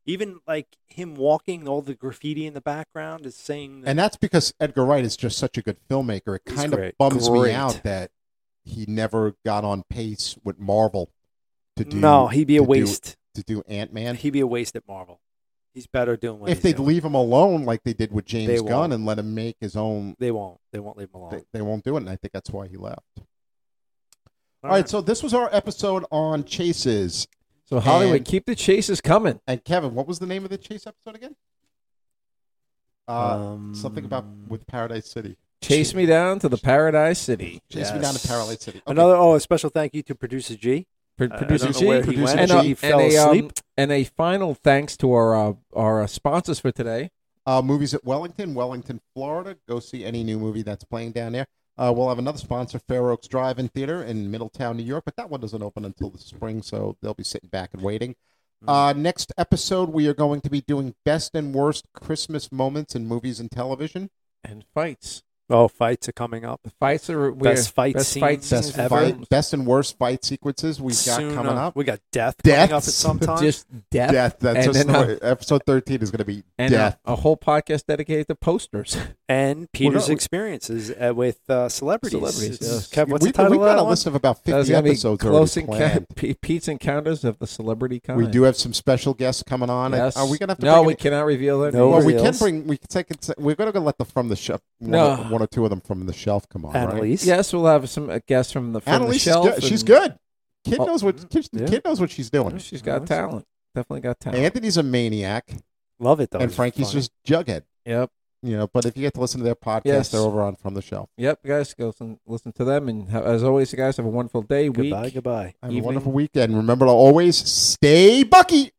Even like him walking, all the graffiti in the background is saying. that- and that's because Edgar Wright is just such a good filmmaker. It He's kind of great. bums me Great. out that he never got on pace with Marvel to do. no, he'd be a to do- waste. to do Ant Man. he'd be a waste at Marvel. He's better doing what If he's they'd doing. leave him alone like they did with They James won't. Gunn and let him make his own, they won't. They won't leave him alone. they, they won't do it. And I think that's why he left. All All right, so this was our episode on chases. So Hollywood, And- keep the chases coming. And Kevin, what was the name of the chase episode again? Uh, Um, something about with Paradise City. Chase me down to the Paradise City. Chase me down to Yes. Paradise City. Okay. Another oh, a special thank you to producer G. Pro- I- I producer don't know G, where he producer went. and, He uh, and fell a, um, asleep. and a final thanks to our uh, our uh, sponsors for today. Uh, movies at Wellington, Wellington, Florida. Go see any new movie that's playing down there. Uh, we'll have another sponsor, Fair Oaks Drive and Theater in Middletown, New York, but that one doesn't open until the spring, so they'll be sitting back and waiting. Uh, next episode, we are going to be doing best and worst Christmas moments in movies and television. And fights. Oh, fights are coming up. The fights are we're, Best fight best scenes fight Best scenes ever. fight, best and worst fight sequences we've got Soon, coming uh, up. We got death Deaths. coming up at some time. Just death. Death. and That's just then, uh, the way- episode thirteen is going to be and uh, death. A, whole podcast dedicated to posters. and Peter's not- experiences uh, with uh, celebrities. Celebrities, yes. It's- Kev, what's we, the title we've of that got a one? list of about That's fifty gonna be episodes already close planned. encounter, Pete's encounters of the celebrity kind. We do have some special guests coming on. Yes. Are we going to have to No, bring we in- cannot reveal that. No Well, we can reveals. bring. We can take. it- We're going to let the from the shelf. One, No. or, one or two of them from the shelf come on. Right? Annalise. Yes, we'll have some uh, guests from the from Annalise, the shelf. is good. she's and- good. Kid Oh, knows what. Kid, yeah. kid knows what she's doing. She's got talent. Definitely got talent. Anthony's a maniac, Love it though. and It's Frankie's funny. just jughead. Yep. You know, but if you get to listen to their podcast, Yes. they're over on from the shelf. Yep, guys, go listen, listen to them. And ha- as always, you guys have a wonderful day, goodbye. week. Goodbye. Have Evening. a wonderful weekend. Remember to always stay Bucky.